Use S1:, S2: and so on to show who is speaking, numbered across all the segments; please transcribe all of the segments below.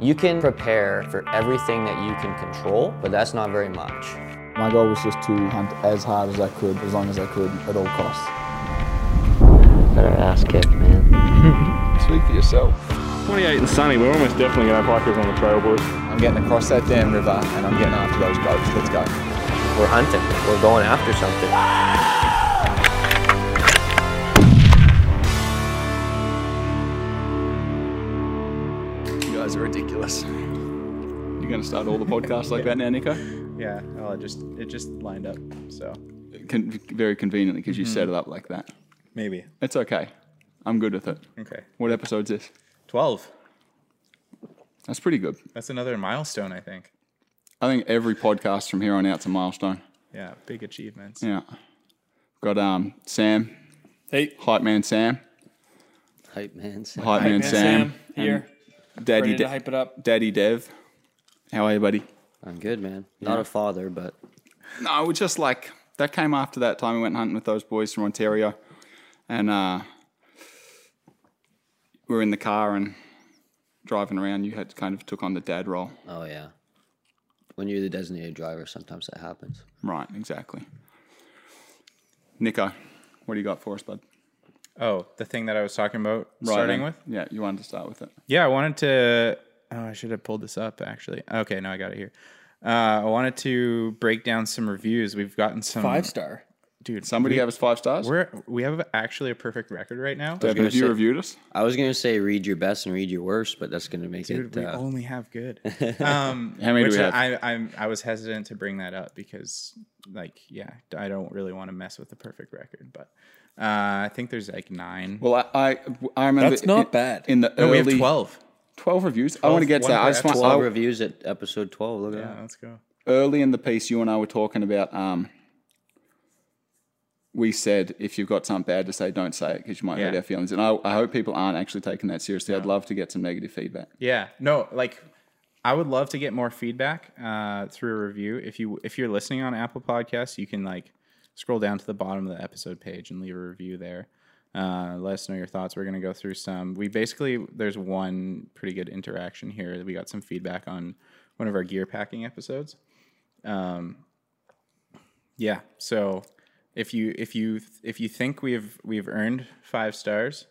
S1: You can prepare for everything that you can control, but that's not very much.
S2: My goal was just to hunt as hard as I could, as long as I could, at all costs.
S3: Better ass kick, man.
S4: Speak for yourself.
S5: 28 and sunny. We're almost definitely going to have hikers on the trail, boys.
S4: I'm getting across that damn river and I'm getting after those goats. Let's go.
S1: We're hunting, we're going after something.
S4: You guys are ridiculous. You're going to start all the podcasts like that now, Nico?
S6: Yeah, well, it just it just lined up. So
S4: Con- very conveniently because you set it up like that.
S6: maybe
S4: It's okay. I'm good with it.
S6: okay,
S4: What episode's this?
S6: twelve.
S4: That's pretty good.
S6: That's another milestone, I think.
S4: I think every podcast from here on out's a milestone.
S6: Yeah, big achievements.
S4: Yeah. Got um Sam.
S7: Hey.
S4: Hype man Sam.
S3: Hype man. Sam.
S4: Hype man, Sam.
S7: here.
S4: Daddy
S7: Ready to
S4: De-
S7: hype it up.
S4: Daddy Dev. How are you, buddy?
S3: I'm good, man. Not a father, but
S4: No, we're just like that came after that time we went hunting with those boys from Ontario, and uh, we were in the car and driving around. You had kind of took on the dad role,
S3: oh yeah. When you're the designated driver, sometimes that happens.
S4: right? Exactly. Nico, what do you got for us, bud?
S6: Oh, the thing that I was talking about
S4: Right,
S6: starting
S4: uh,
S6: with.
S4: yeah, you wanted to start with it.
S6: Yeah, I wanted to. Oh, I should have pulled this up actually. Okay, no, I got it here. Uh, I wanted to break down some reviews. We've gotten some
S7: Five star.
S6: dude.
S4: Somebody
S6: we,
S4: gave us five stars.
S6: we're we have actually a perfect record right now.
S4: Dev, have
S3: gonna
S4: you
S3: say-
S4: reviewed us?
S3: I was gonna say read your best and read your worst, but that's gonna make
S6: Dude,
S3: it.
S6: we
S3: Uh,
S6: only have good. Um,
S4: How many do
S6: which
S4: we have?
S6: I, I'm I was hesitant to bring that up because like yeah, I don't really want to mess with the perfect record, but uh, I think there's like nine.
S4: Well, I I, I remember
S7: That's not
S4: in,
S7: bad.
S4: In the
S6: no,
S4: early
S6: we have twelve.
S4: 12 reviews. I want to get to
S6: one
S4: that. I
S6: per
S4: just want
S3: Twelve
S4: I,
S3: reviews at episode twelve. Look at
S6: Yeah,
S3: that.
S6: let's go.
S4: early in the piece, you and I were talking about. Um, we said if you've got something bad to say, don't say it because you might hurt
S6: Yeah.
S4: our feelings. And I, I hope people aren't actually taking that seriously. I'd love to get some negative feedback.
S6: Yeah, no, like I would love to get more feedback uh, through a review. If you if you're listening on Apple Podcasts, you can like scroll down to the bottom of the episode page and leave a review there. Uh, let us know your thoughts. We're gonna go through some. We basically there's one pretty good interaction here. We got some feedback on one of our gear packing episodes. Um, Yeah. So if you if you if you think we've we've earned five stars,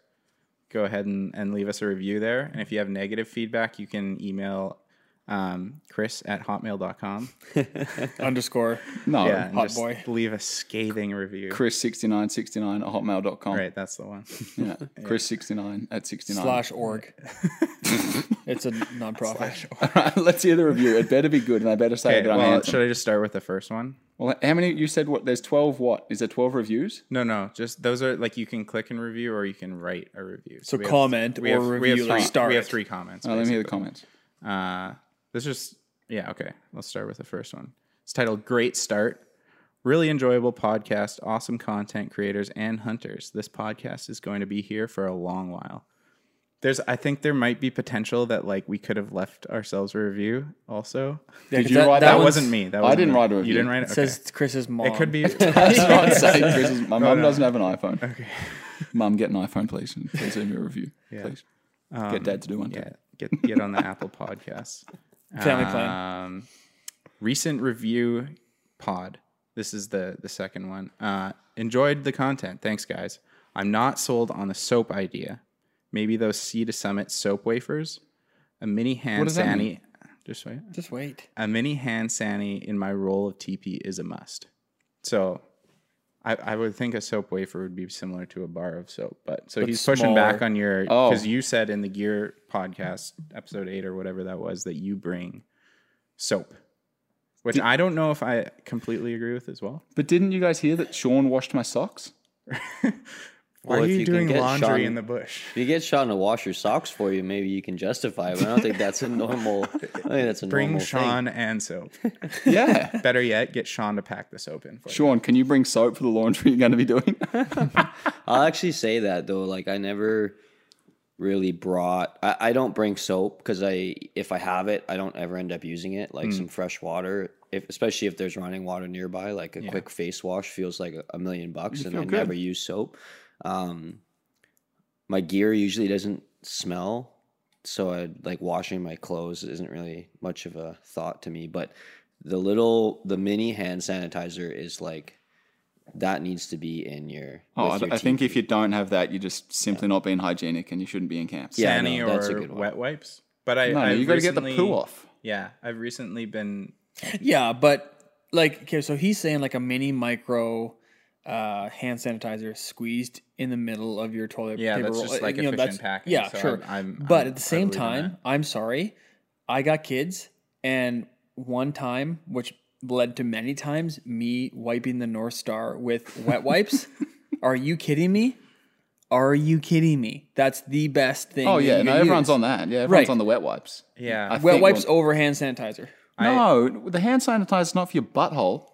S6: go ahead and, and leave us a review there. And if you have negative feedback, you can email um, Chris at hotmail.com.
S7: Underscore.
S4: No,
S6: Yeah, and
S7: hot
S6: just
S7: boy.
S6: leave a scathing review.
S4: Chris6969 at hotmail.com.
S6: Right, that's the one.
S4: Yeah. Chris69 at 69.
S7: Slash org. it's a nonprofit.
S4: All right, let's hear the review. It better be good and they better say
S6: Okay,
S4: that I'm
S6: well,
S4: handsome.
S6: should I just start with the first one?
S4: Well, how many? You said what? There's 12 what? Is there 12 reviews?
S6: No, no, just those are like you can click and review or you can write a review.
S7: So
S6: we have-
S7: comment
S6: we
S7: or
S6: have- we have
S7: review.
S6: three-
S7: like star
S6: We have
S7: it.
S6: three comments.
S4: Oh, let me hear the
S6: basically.
S4: comments.
S6: Uh, this is yeah okay. Let's start with the first one. It's titled "Great Start." Really enjoyable podcast. Awesome content creators and hunters. This podcast is going to be here for a long while. There's, I think there might be potential that like we could have left ourselves a review. Also,
S7: Yeah, 'cause
S4: you write that?
S6: that
S4: one's-
S6: wasn't me. That
S4: I
S6: wasn't
S4: didn't
S6: me.
S4: write a review.
S6: You didn't write it.
S7: It says it's Chris's mom.
S6: okay. it could be.
S4: Don't say Chris's. My mum doesn't have an iPhone. Okay. Mum, get an iPhone, please. And please leave me a review. Please. get dad to do one. too.
S6: Um, yeah, get get on the Apple Podcasts.
S7: Family plan.
S6: Um, recent review pod. This is the the second one. Uh, enjoyed the content. Thanks, guys. I'm not sold on the soap idea. Maybe those sea to summit soap wafers, a mini hand
S4: does that
S6: sani. Just wait.
S7: Just wait.
S6: A mini hand sani in my role of TP is a must. So. I, I would think a soap wafer would be similar to a bar of soap, but so he's pushing back
S7: smaller.
S6: on your
S4: Oh.
S6: because you said in the gear podcast episode eight or whatever that was that you bring soap, which I don't know if I completely agree with as well.
S4: But didn't you guys hear that Sean washed my socks?
S6: Why
S3: Well,
S6: are
S3: if
S6: you,
S3: you can
S6: doing
S3: get
S6: laundry
S3: Sean-
S6: in the bush?
S3: If you get Sean to wash your socks for you, maybe you can justify it. But I don't think that's a normal. I think that's a
S6: Bring
S3: normal
S6: Sean and soap.
S4: Yeah.
S6: Better yet, get Sean to pack the soap in for you.
S4: Sean, can you bring soap for the laundry you're going to be doing? Oh,
S3: I'll actually say that though. Like I never really brought. I, I don't bring soap because I, if I have it, I don't ever end up using it. Like
S4: Mm.
S3: some fresh water, if especially if there's running water nearby, like a quick face wash feels like a, a million bucks, and I never use soap. Um, my gear usually doesn't smell so I like washing my clothes isn't really much of a thought to me, but the little the mini hand sanitizer is like that needs to be in your.
S4: Oh,
S3: with
S4: I,
S3: your
S4: I think
S3: teeth.
S4: if you don't have that, you're just simply not being hygienic, and you shouldn't be in camps.
S3: Yeah, I
S6: Fanny
S3: know, that's a
S6: or
S3: good one.
S6: wet wipes. But I,
S4: no,
S6: I've
S4: you got to get the poo
S6: recently-
S4: off.
S6: Yeah, I've recently been
S7: Yeah, but like okay, so he's saying like a mini micro uh, hand sanitizer squeezed in the middle of your toilet
S6: Yeah,
S7: paper
S6: that's
S7: roll.
S6: just,
S7: Uh,
S6: like,
S7: you know,
S6: efficient
S7: that's-
S6: packing,
S7: Yeah,
S6: so
S7: sure.
S6: I'm- I'm-
S7: but
S6: I'm-
S7: at the
S6: I
S7: same
S6: believe in
S7: time, I'm sorry, I got kids, and one time, which led to many times, me wiping the North Star with wet wipes. Are you kidding me? Are you kidding me? That's the best thing.
S4: Oh
S7: that
S4: yeah,
S7: you
S4: no,
S7: could
S4: everyone's
S7: use.
S4: on that. Yeah, everyone's
S7: Right.
S4: on the wet wipes.
S6: Yeah.
S4: I
S6: Wet
S7: Wet
S4: think
S7: wipes
S4: we'll-
S7: over hand sanitizer.
S4: No, the hand sanitizer's not for your butthole.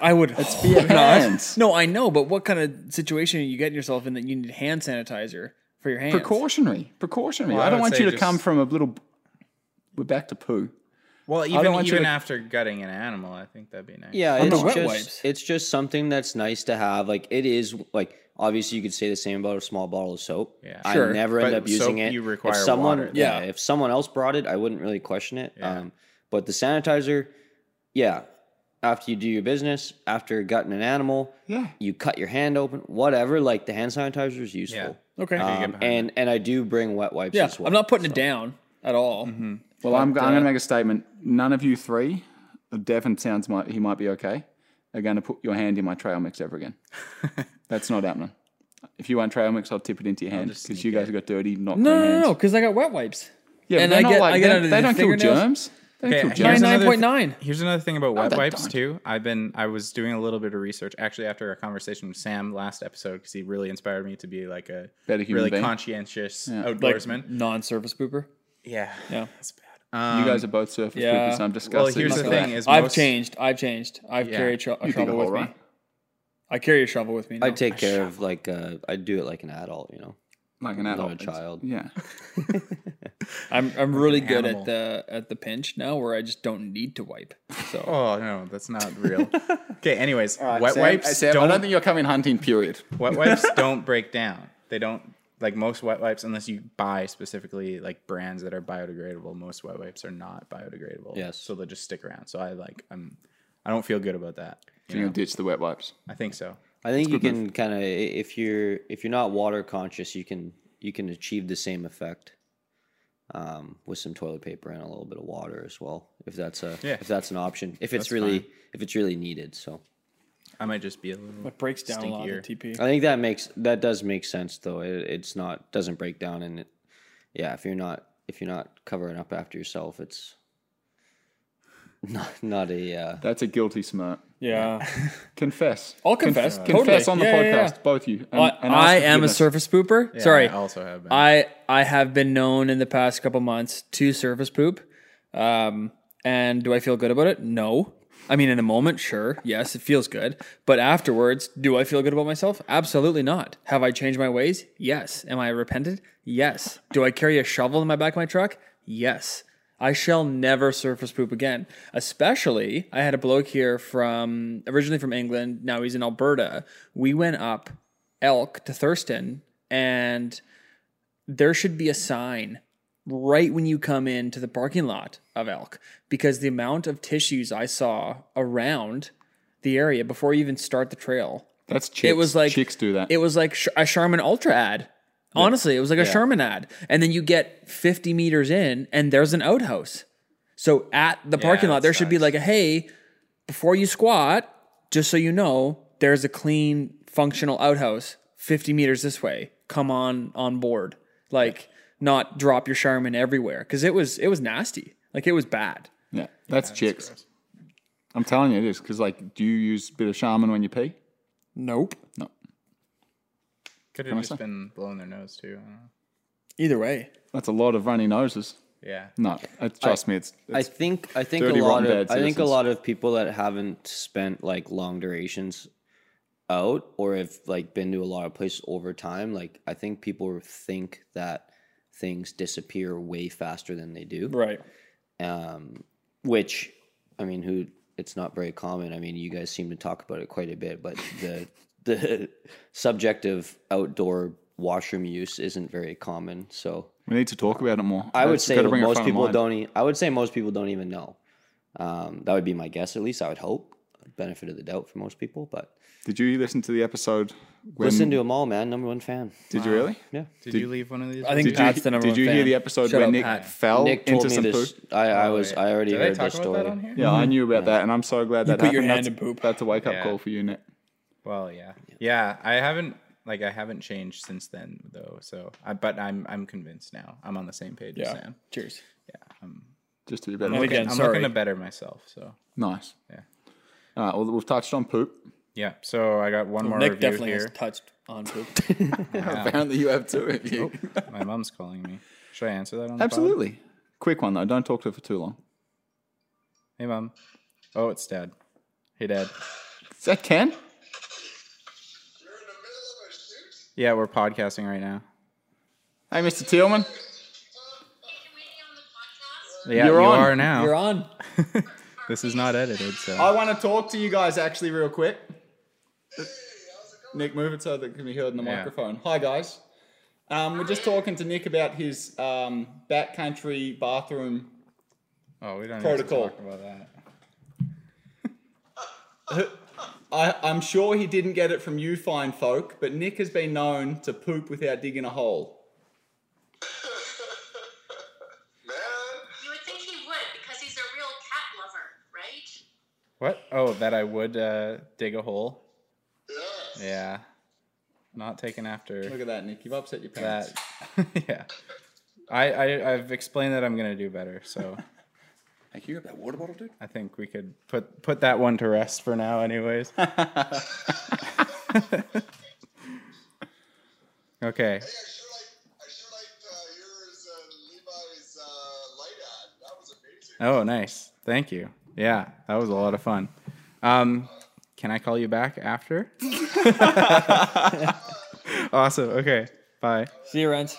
S7: I would
S4: It's for your hands.
S7: No, I know, but what kind of situation are you getting yourself in that you need hand sanitizer for your hands?
S4: Precautionary, precautionary.
S6: Well, I
S4: I don't
S6: would
S4: want
S6: say
S4: you to
S6: just-
S4: come from a little. We're back to poo.
S6: well
S4: don't
S6: even
S4: want you
S6: even
S4: to-
S6: after gutting an animal, I think that'd be nice.
S3: Yeah,
S7: On the
S3: it's
S7: wet
S3: just
S7: wipes.
S3: it's just something that's nice to have. Like it is like obviously you could say the same about a small bottle of soap.
S6: Yeah.
S7: Sure,
S3: I never end
S6: but
S3: up using
S6: soap,
S3: it.
S6: you require
S3: if someone
S6: water.
S3: yeah.
S7: Yeah.
S3: if someone else brought it, I wouldn't really question it. Um but the sanitizer, yeah, after you do your business, after gutting an animal,
S4: Yeah.
S3: you cut your hand open, whatever, like the hand sanitizer is useful.
S7: Okay.
S6: Ah,
S3: Um, and and I do bring wet wipes
S7: yeah,
S3: as well.
S7: I'm not putting it down at all.
S6: Mm-hmm.
S4: Well, I'm, I'm
S7: uh,
S4: going to make a statement. None of you three, Devin sounds might he might be okay, are going to put your hand in my trail mix ever again. That's not happening. If you want trail mix, I'll tip it into your hand because you guys got dirty, not clean
S7: No, no, no,
S4: Mm-hmm. hands.
S7: no, because I got wet
S4: Yeah,
S7: wipes.
S4: but
S7: And
S4: they're
S7: I
S4: not
S7: get-
S4: like
S7: I get
S4: they-
S7: under
S4: they
S7: the
S4: don't kill
S7: fingernails.
S4: germs. They don't kill
S6: Okay,
S4: germs.
S6: here's another thi-
S7: 99.9.
S6: Here's another thing about wet
S4: they
S6: wipes
S4: don't.
S6: too. I've been I was doing a little bit of research actually after our conversation with Sam last episode because he really inspired me to be like a
S4: Better human
S6: really
S4: being.
S6: conscientious
S7: Like
S6: outdoorsman.
S7: non-surface pooper.
S6: yeah,
S7: Yeah.
S6: that's bad. Um,
S4: You guys are both surface
S7: yeah.
S4: poopers. I'm
S6: well,
S4: disgusted.
S6: here's the
S4: by that.
S6: thing: is
S7: I've
S6: most-
S7: changed. I've changed. I've
S6: Yeah.
S7: carried a,
S4: You dig a
S7: shovel with
S4: hole,
S7: me.
S4: right?
S7: I carry a shovel with me. Now.
S3: I take care of like uh I do it like an adult, you know.
S4: like an adult,
S3: a
S4: It's-
S3: child.
S4: Yeah,
S7: I'm I'm really good
S6: animal.
S7: at the at the pinch now, where I just don't need to wipe. So
S6: Oh no, that's not real. okay, anyways, wet wipes
S4: Sam, I
S6: don't
S4: don't think you're coming hunting. Period.
S6: wet wipes don't break down. They don't like most wet wipes unless you buy specifically like brands that are biodegradable. Most wet wipes are not biodegradable.
S3: Yes.
S6: so they'll just stick around. So I like I'm I don't feel good about that. you
S4: You're
S6: know?
S4: gonna ditch the wet wipes.
S6: I think so.
S3: I think you can kind of if you're if you're not water conscious, you can you can achieve the same effect um, with some toilet paper and a little bit of water as well, if that's a
S6: Yeah.
S3: if that's an option, if it's really if it's really needed. So
S6: I might just be a little.
S7: it breaks down a lot.
S6: Stinkier.
S7: of TP.
S4: Uh,
S3: I think that makes that does make sense though. It, it's not doesn't break down and it, yeah, if you're not if you're not covering up after yourself, it's not not a uh,
S4: That's a guilty smirk.
S7: Yeah,
S4: Confess.
S7: I'll confess. totally.
S4: Confess on the
S7: Yeah,
S4: podcast,
S7: yeah, yeah.
S4: both you. And,
S7: I,
S4: and ask
S7: I am a
S4: forgiveness.
S7: surface pooper. Sorry,
S6: I also have been.
S7: I I have been known in the past couple months to surface poop. Um, and do I feel good about it? No. I mean, in a moment, sure, yes, it feels good. But afterwards, do I feel good about myself? Absolutely not. Have I changed my ways? Yes. Am I repentant? Yes. Do I carry a shovel in my back of my truck? Yes. I shall never surface poop again. Especially, I had a bloke here from originally from England. Now he's in Alberta. We went up elk to Thurston, and there should be a sign right when you come into the parking lot of elk because the amount of tissues I saw around the area before you even start the trail,
S4: That's chicks.
S7: it was like
S4: chicks do that.
S7: It was like Sh- a Charmin Ultra ad. Honestly, it was like a Charmin ad. And then you get 50 meters in, and there's an outhouse. So at the parking lot,
S6: that
S7: there should be
S6: sucks.
S7: like a hey, before you squat, just so you know, there's a clean, functional outhouse 50 meters this way. Come on on board. Like not drop your Charmin everywhere because it was it was nasty. Like it was bad.
S4: yeah, that's chicks. I'm telling you, it is because like, do you use a bit of shaman when you pee?
S7: Nope.
S4: No.
S6: Could have just been blowing their nose too. I don't know.
S7: Either way,
S4: That's a lot of runny noses.
S6: Yeah.
S4: No, uh, trust me, it's,
S3: I
S4: it's
S3: think I think a
S4: dirty,
S3: lot
S4: rotten,
S3: of
S4: bad
S3: I think a
S4: citizens.
S3: lot of people that haven't spent like long durations out or have like been to a lot of places over time, like I think people think that things disappear way faster than they do.
S7: right?
S3: Um, which I mean, who it's not very common. I mean, you guys seem to talk about it quite a bit, but the the subject of outdoor washroom use isn't very common. So
S4: We need to talk about it more.
S3: I would
S4: It's
S3: say
S4: gotta bring it
S3: most
S4: front of
S3: people
S4: mind.
S3: don't. E- I would say most people don't even know. Um, that would be my guess, at least. I would hope. Benefit of the doubt for most people, but
S4: Did you listen to the episode? When,
S3: listen to them all, man. Number one fan.
S4: Did you really?
S3: Yeah.
S6: Did, you leave one of these?
S7: I think
S4: Did
S7: Pat's
S4: you,
S7: the number
S4: did
S7: one
S4: you hear
S7: fan.
S4: the episode
S7: Shout
S4: where
S7: out
S4: Nick
S7: Pat.
S4: fell
S3: Nick told
S4: Oh, into
S3: me
S4: some
S3: this.
S4: poop?
S3: I, I was. I already
S6: Oh, Did I
S3: heard
S6: talk
S3: this
S6: about that on
S3: story.
S6: here?
S4: Yeah, I knew about that, and I'm so glad that
S7: put your
S4: happened.
S7: hand
S4: That's-
S7: in poop.
S4: That's a wake up
S6: Yeah.
S4: call for you, Nick.
S6: Well, yeah, yeah. I haven't like I haven't changed since then though. So, I, but I'm I'm convinced now. I'm on the same page as Sam.
S7: Cheers.
S4: Just to be better.
S7: And again,
S6: I'm
S7: sorry.
S6: looking to better myself. So,
S4: Nice.
S6: Yeah.
S4: All right. Well, we've touched on poop.
S6: yeah. So I got one more
S7: Nick
S6: review
S7: definitely
S6: here.
S7: has touched on poop.
S4: Apparently, you have two of you.
S6: My mom's calling me. Should I answer that on the pod?
S4: Absolutely. Quick one though. Don't talk to her for too long.
S6: Hey, mom. Oh, it's dad. Hey, dad.
S4: Is that Ken?
S6: Yeah, we're podcasting right now.
S4: Hey, Mr. Tillman.
S6: Yeah,
S4: You're
S6: you
S4: on.
S6: are now.
S7: You're on.
S6: This is not edited, so
S4: I want to talk to you guys actually real quick. Nick, move it so that it can be heard in the
S6: Yeah.
S4: microphone. Hi guys. Um, we're just talking to Nick about his um, backcountry bathroom.
S6: oh, we don't
S4: Protocol.
S6: Need to talk about that.
S4: I, I'm sure he didn't get it from you fine folk, but Nick has been known to poop without digging a hole.
S8: You would think he would because he's a real cat lover, right?
S6: What? Oh, that I would uh, dig a hole. Yeah. Not taken after
S4: Look at that, Nick. You've upset your parents.
S6: that. yeah. I, I I've explained that I'm gonna do better, so
S4: Hey, can you grab that water bottle, dude?
S6: I think we could put put that one to rest for now, anyways. okay.
S9: Hey, I sure liked, I sure liked uh, yours and Levi's uh, light ad. That was amazing.
S6: Oh, nice. Thank you. Yeah, that was a lot of fun. Um, can I call you back after? awesome. Okay. Bye.
S7: See you, Rance.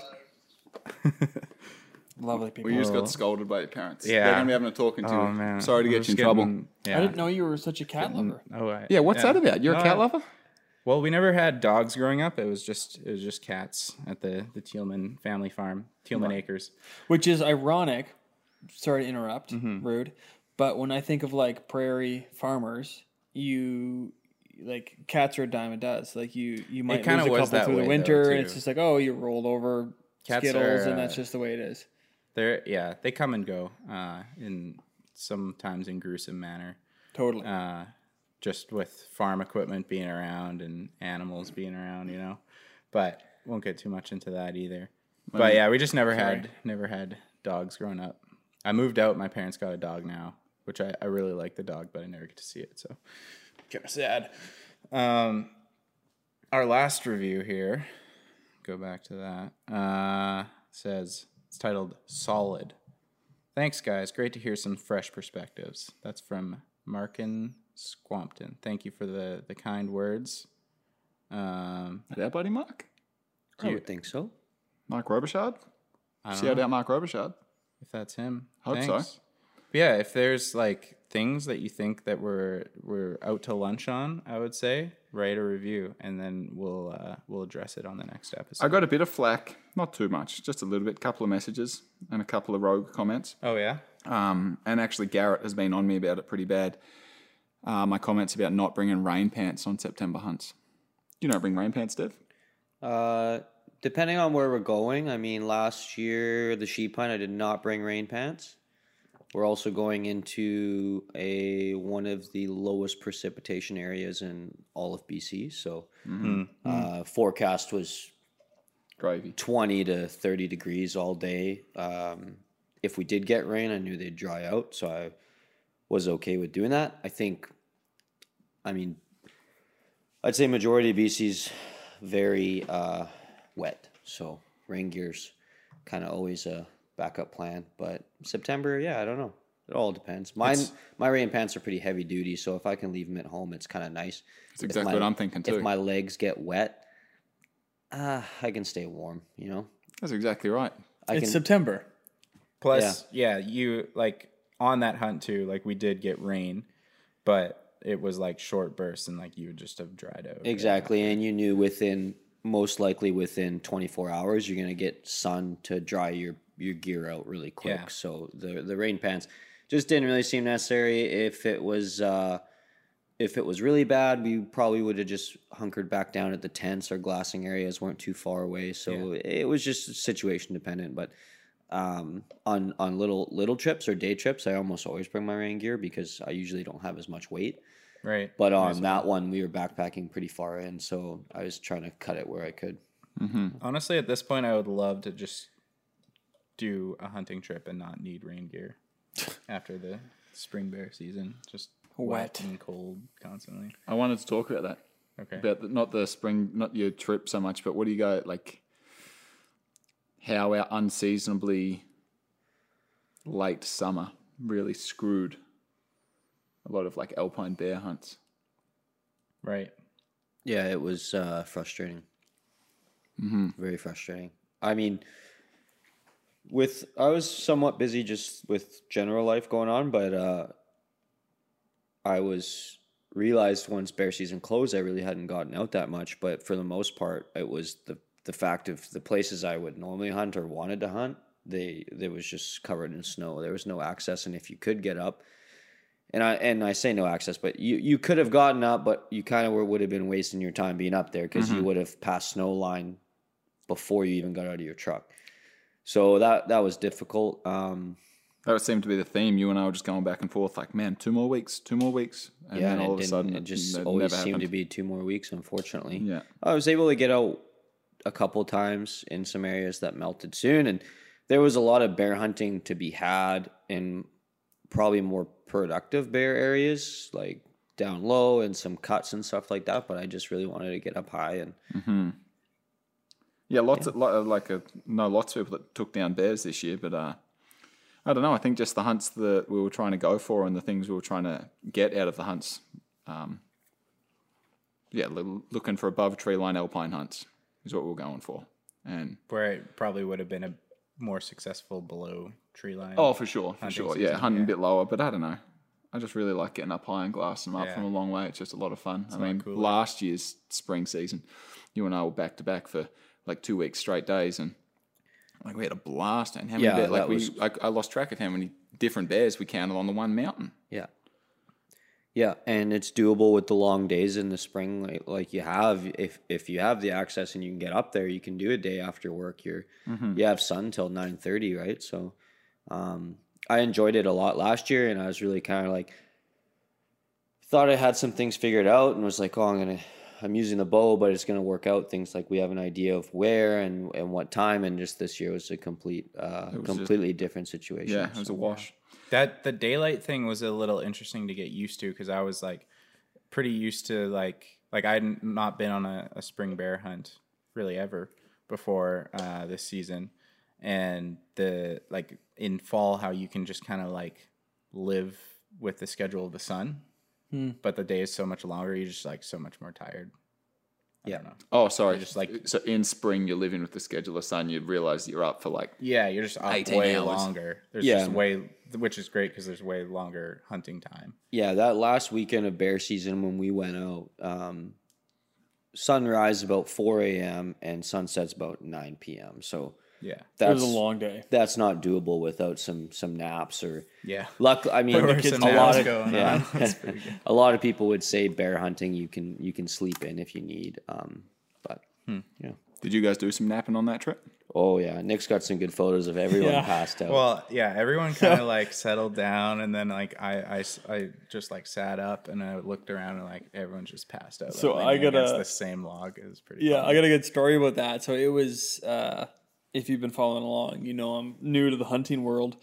S7: Lovely people.
S4: We just got scolded by your parents.
S6: Oh. Yeah.
S4: They're going to be having a talking to
S6: Oh
S4: you.
S6: man.
S4: Sorry to
S6: I'm
S4: get
S6: just
S4: you in trouble.
S6: getting- Yeah.
S7: I didn't know you were such a cat lover.
S6: Oh, I-
S4: Yeah, what's that about? You're
S6: No,
S4: a cat
S6: I-
S4: lover?
S6: Well, we never had dogs growing up. It was just it was just cats at the the Tealman family farm, Tealman Acres.
S7: Which is ironic. Sorry to interrupt,
S6: Mm-hmm.
S7: rude. But when I think of like prairie farmers, you like cats are a dime a does. Like you, you might
S6: kinda
S7: lose a
S6: was
S7: couple
S6: that
S7: through
S6: way,
S7: the
S6: though,
S7: winter, and
S6: too.
S7: it's just like oh, you rolled over
S6: Cats
S7: skittles,
S6: are,
S7: and that's
S6: uh,
S7: just the way it is.
S6: They're yeah, they come and go uh, in sometimes in gruesome manner.
S7: Totally.
S6: uh, just with farm equipment being around and animals being around, you know. But won't get too much into that either. But yeah, we just never had never had dogs growing up. I moved out. My parents got a dog now, which I, I really like the dog, but I never get to see it, so kind of sad. Um, our last review here, go back to that. Uh, says it's titled "Solid." Thanks, guys. Great to hear some fresh perspectives. That's from Markin Squampton. Thank you for the the kind words. Um,
S4: Is that buddy Mark?
S3: I would think so.
S4: Mark Robichaud?
S6: Uh-huh. I don't
S4: Shout
S6: know
S4: out Mark Robichaud.
S6: if that's him.
S4: Hope so.
S6: But yeah, if there's like things that you think that we're we're out to lunch on, I would say write a review, and then we'll uh, we'll address it on the next episode.
S4: I got a bit of flack, not too much, just a little bit, couple of messages and a couple of rogue comments.
S6: oh yeah,
S4: Um, and actually, Garrett has been on me about it pretty bad. Uh, my comments about not bringing rain pants on September hunts. You don't bring rain pants, Dev?
S3: Uh, depending on where we're going, I mean, last year the sheep hunt, I did not bring rain pants. We're also going into a one of the lowest precipitation areas in all of BC. So, uh, forecast was
S4: Gravy.
S3: 20 to 30 degrees all day. Um, if we did get rain, I knew they'd dry out, so I was okay with doing that. I think, I mean, I'd say majority of BC's very uh, wet, so rain gear's kind of always a backup plan. But September, yeah, I don't know. It all depends. Mine, my rain pants are pretty heavy duty, so if I can leave them at home, it's kind of nice.
S4: That's exactly what I'm thinking, too.
S3: If my legs get wet, uh, I can stay warm. You know,
S4: That's exactly right.
S3: I
S7: it's
S3: can.
S7: September.
S6: Plus, yeah. you like on that hunt too. Like we did get rain, but it was like short bursts, and like you would just have dried out.
S3: Exactly, and you knew within most likely within 24 hours you're going to get sun to dry your your gear out really quick
S6: Yeah.
S3: so the the rain pants just didn't really seem necessary if it was uh if it was really bad we probably would have just hunkered back down at the tents or glassing areas weren't too far away so it was just situation dependent but um, on on little little trips or day trips, I almost always bring my rain gear because I usually don't have as much weight.
S6: Right.
S3: But on that one, we were backpacking pretty far in, so I was trying to cut it where I could.
S6: Honestly, at this point, I would love to just do a hunting trip and not need rain gear after the spring bear season. Just wet, and cold constantly.
S4: I wanted to talk about that.
S6: Okay.
S4: About the, not the spring, not your trip so much, but what do you go like? How our unseasonably late summer really screwed a lot of like alpine bear hunts.
S6: Right.
S3: Yeah, it was uh, frustrating.
S4: Mm-hmm.
S3: Very frustrating. I mean, with I was somewhat busy just with general life going on, but uh, I was realized once bear season closed, I really hadn't gotten out that much. But for the most part, it was the the fact of the places I would normally hunt or wanted to hunt, they they was just covered in snow. There was no access, and if you could get up, and I and I say no access, but you you could have gotten up, but you kind of were, would have been wasting your time being up there because
S4: Mm-hmm.
S3: you would have passed snow line before you even got out of your truck. So that that was difficult. Um,
S4: That would seem to be the theme. You and I were just going back and forth, like, man, two more weeks, two more weeks, and
S3: yeah,
S4: then
S3: and it
S4: all of a
S3: didn't-
S4: sudden,
S3: it just
S4: n-
S3: always
S4: never
S3: seemed to
S4: happened.
S3: be two more weeks. Unfortunately,
S4: Yeah.
S3: I was able to get out a couple times in some areas that melted soon, and there was a lot of bear hunting to be had in probably more productive bear areas, like down low and some cuts and stuff like that. But I just really wanted to get up high, and
S4: Yeah, lots of lot of like a no, lots of people that took down bears this year, but uh, I don't know. I think just the hunts that we were trying to go for and the things we were trying to get out of the hunts. Um, yeah, l- looking for above tree line alpine hunts is what we were going for, and
S6: Where it probably would have been a more successful below tree line.
S4: oh, for sure, for
S6: Hunting
S4: sure, yeah,
S6: season,
S4: hunting
S6: yeah.
S4: a bit lower, but I don't know. I just really like getting up high and glassing them up
S6: Yeah.
S4: from a long way. It's eh? just a lot of fun. I
S6: lot
S4: mean,
S6: cooler.
S4: last year's spring season, you and I were back to back for like two weeks straight days, and like we had a blast. And how many
S3: Yeah,
S4: bears? Like
S3: that
S4: we,
S3: was-
S4: I, I lost track of how many different bears we counted on the one mountain.
S3: yeah, yeah, and it's doable with the long days in the spring, like, like you have. If if you have the access and you can get up there, you can do a day after work. You're
S4: Mm-hmm. Mm.
S3: you have sun till nine thirty, right? So, um, I enjoyed it a lot last year, and I was really kind of like thought I had some things figured out, and was like, oh, I'm gonna. I'm using the bow, but it's going to work out things like we have an idea of where and, and what time. And just this year was a complete, uh,
S4: a-
S3: completely different situation.
S4: Yeah, it was a wash.
S6: That the daylight thing was a little interesting to get used to because I was like pretty used to like like I'd not been on a, a spring bear hunt really ever before uh, this season, and the like in fall how you can just kind of like live with the schedule of the sun,
S3: Hmm.
S6: but the day is so much longer. You're just like so much more tired.
S3: Yeah.
S4: Oh, sorry.
S6: just like-
S4: so in spring, you're living with the schedule of sun. You realize you're up for like
S6: Yeah, you're just up
S4: 18
S6: way
S4: hours.
S6: longer. There's
S3: Yeah.
S6: just way, which is great because there's way longer hunting time.
S3: Yeah, that last weekend of bear season when we went out, um, sunrise about four a.m. and sunset's about nine p.m. So
S6: Yeah,
S7: It
S3: that's
S7: was a long day.
S3: that's not doable without some some naps or
S6: yeah.
S3: luck. I mean,
S6: There were
S3: a
S6: some
S3: lot
S6: naps
S3: of
S6: going
S3: yeah,
S6: on. That's pretty good.
S3: a lot of people would say bear hunting you can you can sleep in if you need, um, but yeah.
S4: Did you guys do some napping on that trip?
S3: Oh yeah, Nick's got some good photos of everyone passed out.
S6: Well, yeah, everyone kind of like settled down, and then like I, I s- I just like sat up and I looked around and like everyone just passed out.
S7: So
S6: like,
S7: I
S6: leaning
S7: gotta-
S6: against the same log is pretty.
S7: Yeah,
S6: funny.
S7: I got a good story about that. So it was, uh, if you've been following along, you know I'm new to the hunting world.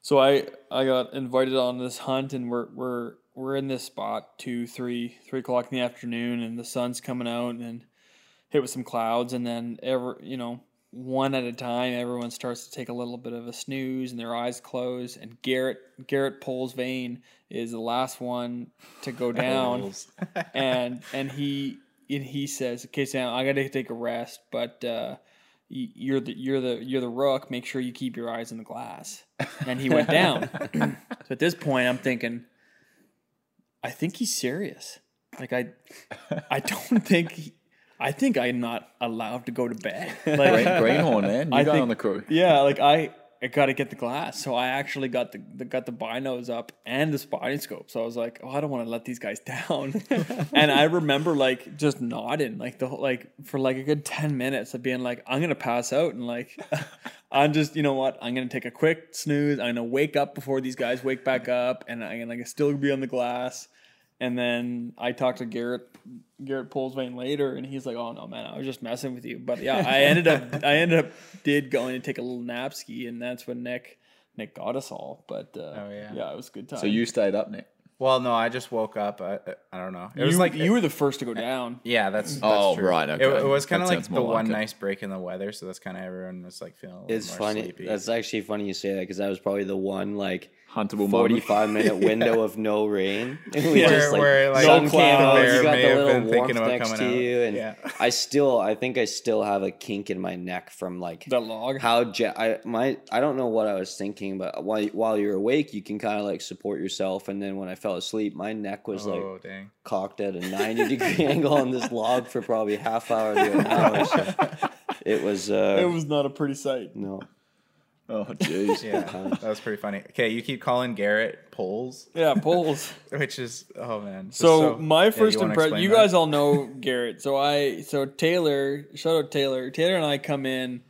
S7: So I I got invited on this hunt, and we're we're we're in this spot two three three o'clock in the afternoon, and the sun's coming out, and hit with some clouds, and then ever you know one at a time, everyone starts to take a little bit of a snooze, and their eyes close, and Garrett Garrett Pole's vein is the last one to go down and and he and he says, "Okay, Sam, I gotta take a rest, but uh, y- you're the you're the you're the rook. Make sure you keep your eyes on the glass." And he went down. so at this point, I'm thinking, I think he's serious. Like I, I don't think he, I think I'm not allowed to go to bed. Like,
S4: Greenhorn, man. You
S7: I
S4: got
S7: think-
S4: on the crew.
S7: Yeah, like I, I got to get the glass, so I actually got the, the got the binos up and the spotting scope. So I was like, oh, I don't want to let these guys down. and I remember like just nodding, like the whole, like for like a good ten minutes of being like, I'm gonna pass out, and like I'm just, you know what, I'm gonna take a quick snooze. I'm gonna wake up before these guys wake back up, and I'm gonna like, still be on the glass. And then I talked to Garrett Garrett Polswain later, and he's like, "Oh no, man, I was just messing with you." But yeah, I ended up I ended up did going to take a little nap ski, and that's when Nick Nick got us all. But uh,
S6: Oh, yeah.
S7: it was a good time.
S4: So you stayed up, Nick.
S6: Well, no, I just woke up. I, I don't know. It
S7: You-
S6: was like
S7: you were the first to go down.
S6: Yeah, that's, that's
S2: Oh,
S6: true.
S2: right,
S6: It- It,
S2: okay.
S6: was kind of
S2: That
S6: like
S2: sounds
S6: the
S2: more like
S6: one
S2: it.
S6: nice break in the weather, so that's kind of everyone was like feeling. A little
S3: It's
S6: more
S3: funny.
S6: Sleepy.
S3: That's actually funny you say that because that was probably the one like
S4: Huntable moment.
S3: forty-five minute window of no rain. And we
S7: Yeah.
S6: where,
S3: just, like,
S6: where like
S3: sun
S7: no
S3: came out,
S7: clouds.
S3: You got
S6: may
S3: the
S6: have
S3: little
S6: been
S3: warmth
S6: thinking about
S3: next
S6: coming
S3: to
S6: out.
S3: you, and
S6: yeah.
S3: I still, I think I still have a kink in my neck from like
S7: the log.
S3: how je- I my I don't know what I was thinking, but while while you're awake, you can kind of like support yourself, and then when I fell asleep, my neck was like
S6: Oh dang!
S3: cocked at a 90 degree angle on this log for probably half hour to an hour. So it was, uh,
S7: it was not a pretty sight.
S3: no.
S4: Oh, jeez.
S6: Yeah, that was pretty funny. Okay, you keep calling Garrett poles,
S7: Yeah, poles.
S6: which is oh man. Just
S7: So, my
S6: yeah,
S7: first
S6: wanna
S7: impression,
S6: explain
S7: you
S6: that?
S7: guys all know Garrett. So I, so Taylor, shout out Taylor. Taylor and I come in.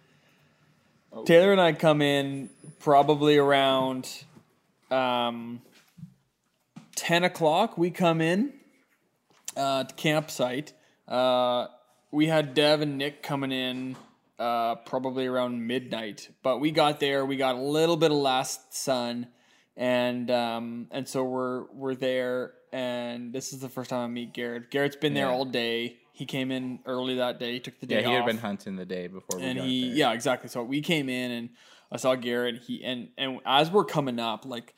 S6: Oh.
S7: Taylor and I come in probably around um, ten o'clock. We come in uh, to campsite. Uh, we had Dev and Nick coming in uh, probably around midnight, but we got there. We got a little bit of last sun and um and so we're we're there and this is the first time I meet Garrett. Garrett's been there
S6: Yeah.
S7: all day. He came in early that day, took the
S6: yeah,
S7: day
S6: he had
S7: off,
S6: been hunting the day before, we
S7: and
S6: got
S7: he
S6: there.
S7: yeah exactly. So we came in and I saw Garrett. He and and as we're coming up, like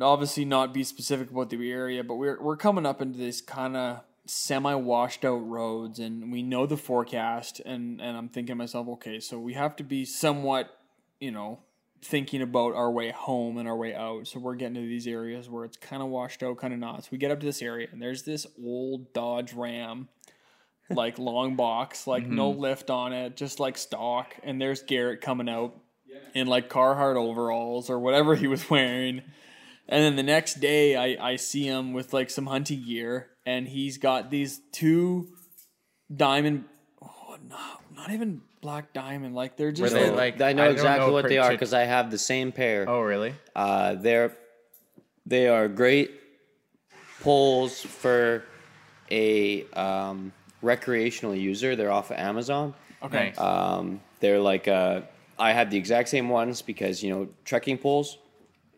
S7: obviously not be specific about the area, but we're we're coming up into this kind of semi washed out roads, and we know the forecast, and and I'm thinking to myself, okay, so we have to be somewhat, you know, thinking about our way home and our way out. So we're getting to these areas where it's kind of washed out, kind of not. So we get up to this area, and there's this old Dodge Ram. like long box, like no lift on it, just like stock. And there's Garrett coming out in like Carhartt overalls or whatever he was wearing. And then the next day, I, I see him with like some hunting gear, and he's got these two diamond, oh, no, not even black diamond, like they're
S6: Were
S7: just
S6: they
S7: like-
S6: like
S3: I know
S6: don't
S3: exactly what they are
S6: partic-
S3: because I have the same pair.
S6: Oh really?
S3: Uh, they're, they are great poles for a um, recreational user. They're off of Amazon.
S7: okay,
S6: Nice.
S3: Um, they're like, uh, I have the exact same ones because, you know, trekking poles,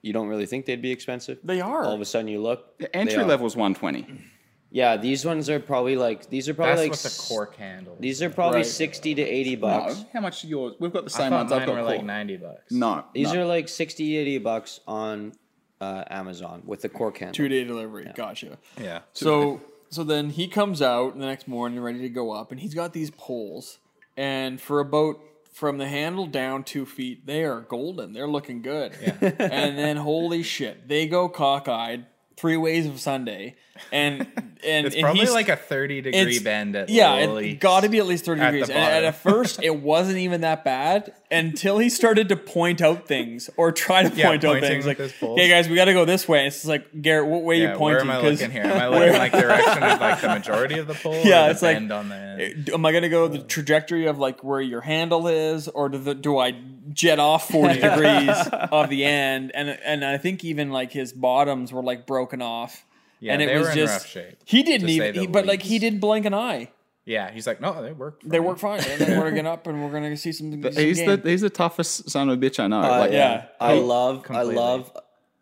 S3: you don't really think they'd be expensive.
S7: they are.
S3: All of a sudden you look.
S4: The
S3: they
S4: entry
S3: are.
S4: level's 120.
S3: Yeah, these ones are probably like these are probably
S6: That's
S3: like
S6: with the
S3: s-
S6: cork handle.
S3: These are probably
S4: Right.
S3: sixty to eighty bucks.
S4: No, how much are yours? We've got the
S6: I
S4: same
S6: thought
S4: ones. I've
S6: mine
S4: got
S6: were like
S4: Cork.
S6: ninety bucks.
S4: No,
S3: These
S4: no.
S3: are like 60, 80 bucks on uh, Amazon with the cork handle.
S7: two day delivery. Gotcha.
S6: Yeah.
S7: So so then he comes out the next morning ready to go up, and he's got these poles, and for about from the handle down two feet, they are golden. They're looking good. and then holy shit, they go cockeyed three ways of Sunday, and and
S6: It's
S7: and
S6: probably
S7: he's-
S6: like a thirty degree
S7: it's-
S6: bend at
S7: yeah,
S6: the
S7: it
S6: least.
S7: got to be at least thirty
S6: at the
S7: degrees. And and at
S6: bottom.
S7: first, it wasn't even that bad until he started to point out things or try to
S6: Yeah,
S7: point out
S6: pointing
S7: things.
S6: with
S7: Like,
S6: his poles.
S7: hey guys, we got to go this way. It's just like Garrett, what way are
S6: Yeah,
S7: you
S6: where
S7: pointing?
S6: am I
S7: 'Cause-
S6: looking here? Am I looking like direction of like the majority of the pole?
S7: Yeah,
S6: or the
S7: it's like-
S6: bend on the end?
S7: Eh, am I going to go the trajectory of like where your handle is, or do, the, do I jet off forty degrees of the end? And and I think even like his bottoms were like broken off.
S6: Yeah,
S7: and it
S6: they
S7: was
S6: were in
S7: just
S6: rough shape,
S7: he didn't
S6: to say
S7: even,
S6: the
S7: he, but like
S6: least.
S7: he did blink an eye.
S6: Yeah, he's like, no, they work.
S7: They work fine, and then we're gonna get up and we're gonna see some.
S4: But
S7: some
S4: he's
S7: game.
S4: the he's the toughest son of a bitch I know.
S3: Uh,
S4: like,
S7: yeah.
S3: I love
S6: completely.
S3: I love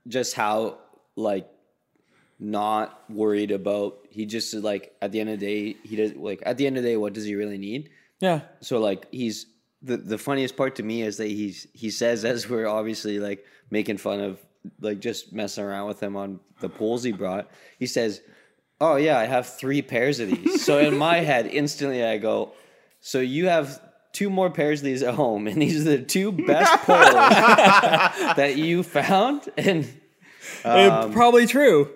S3: just how like not worried about he just is, like at the end of the day he does like at the end of the day what does he really need?
S7: yeah.
S3: So like he's the the funniest part to me is that he's he says as we're obviously like making fun of like just messing around with him on the poles he brought. He says, "Oh yeah, I have three pairs of these." so in my head, instantly I go, "So you have." Two more pairs of these at home, and these are the two best poles that you found. And
S7: Uh, probably true.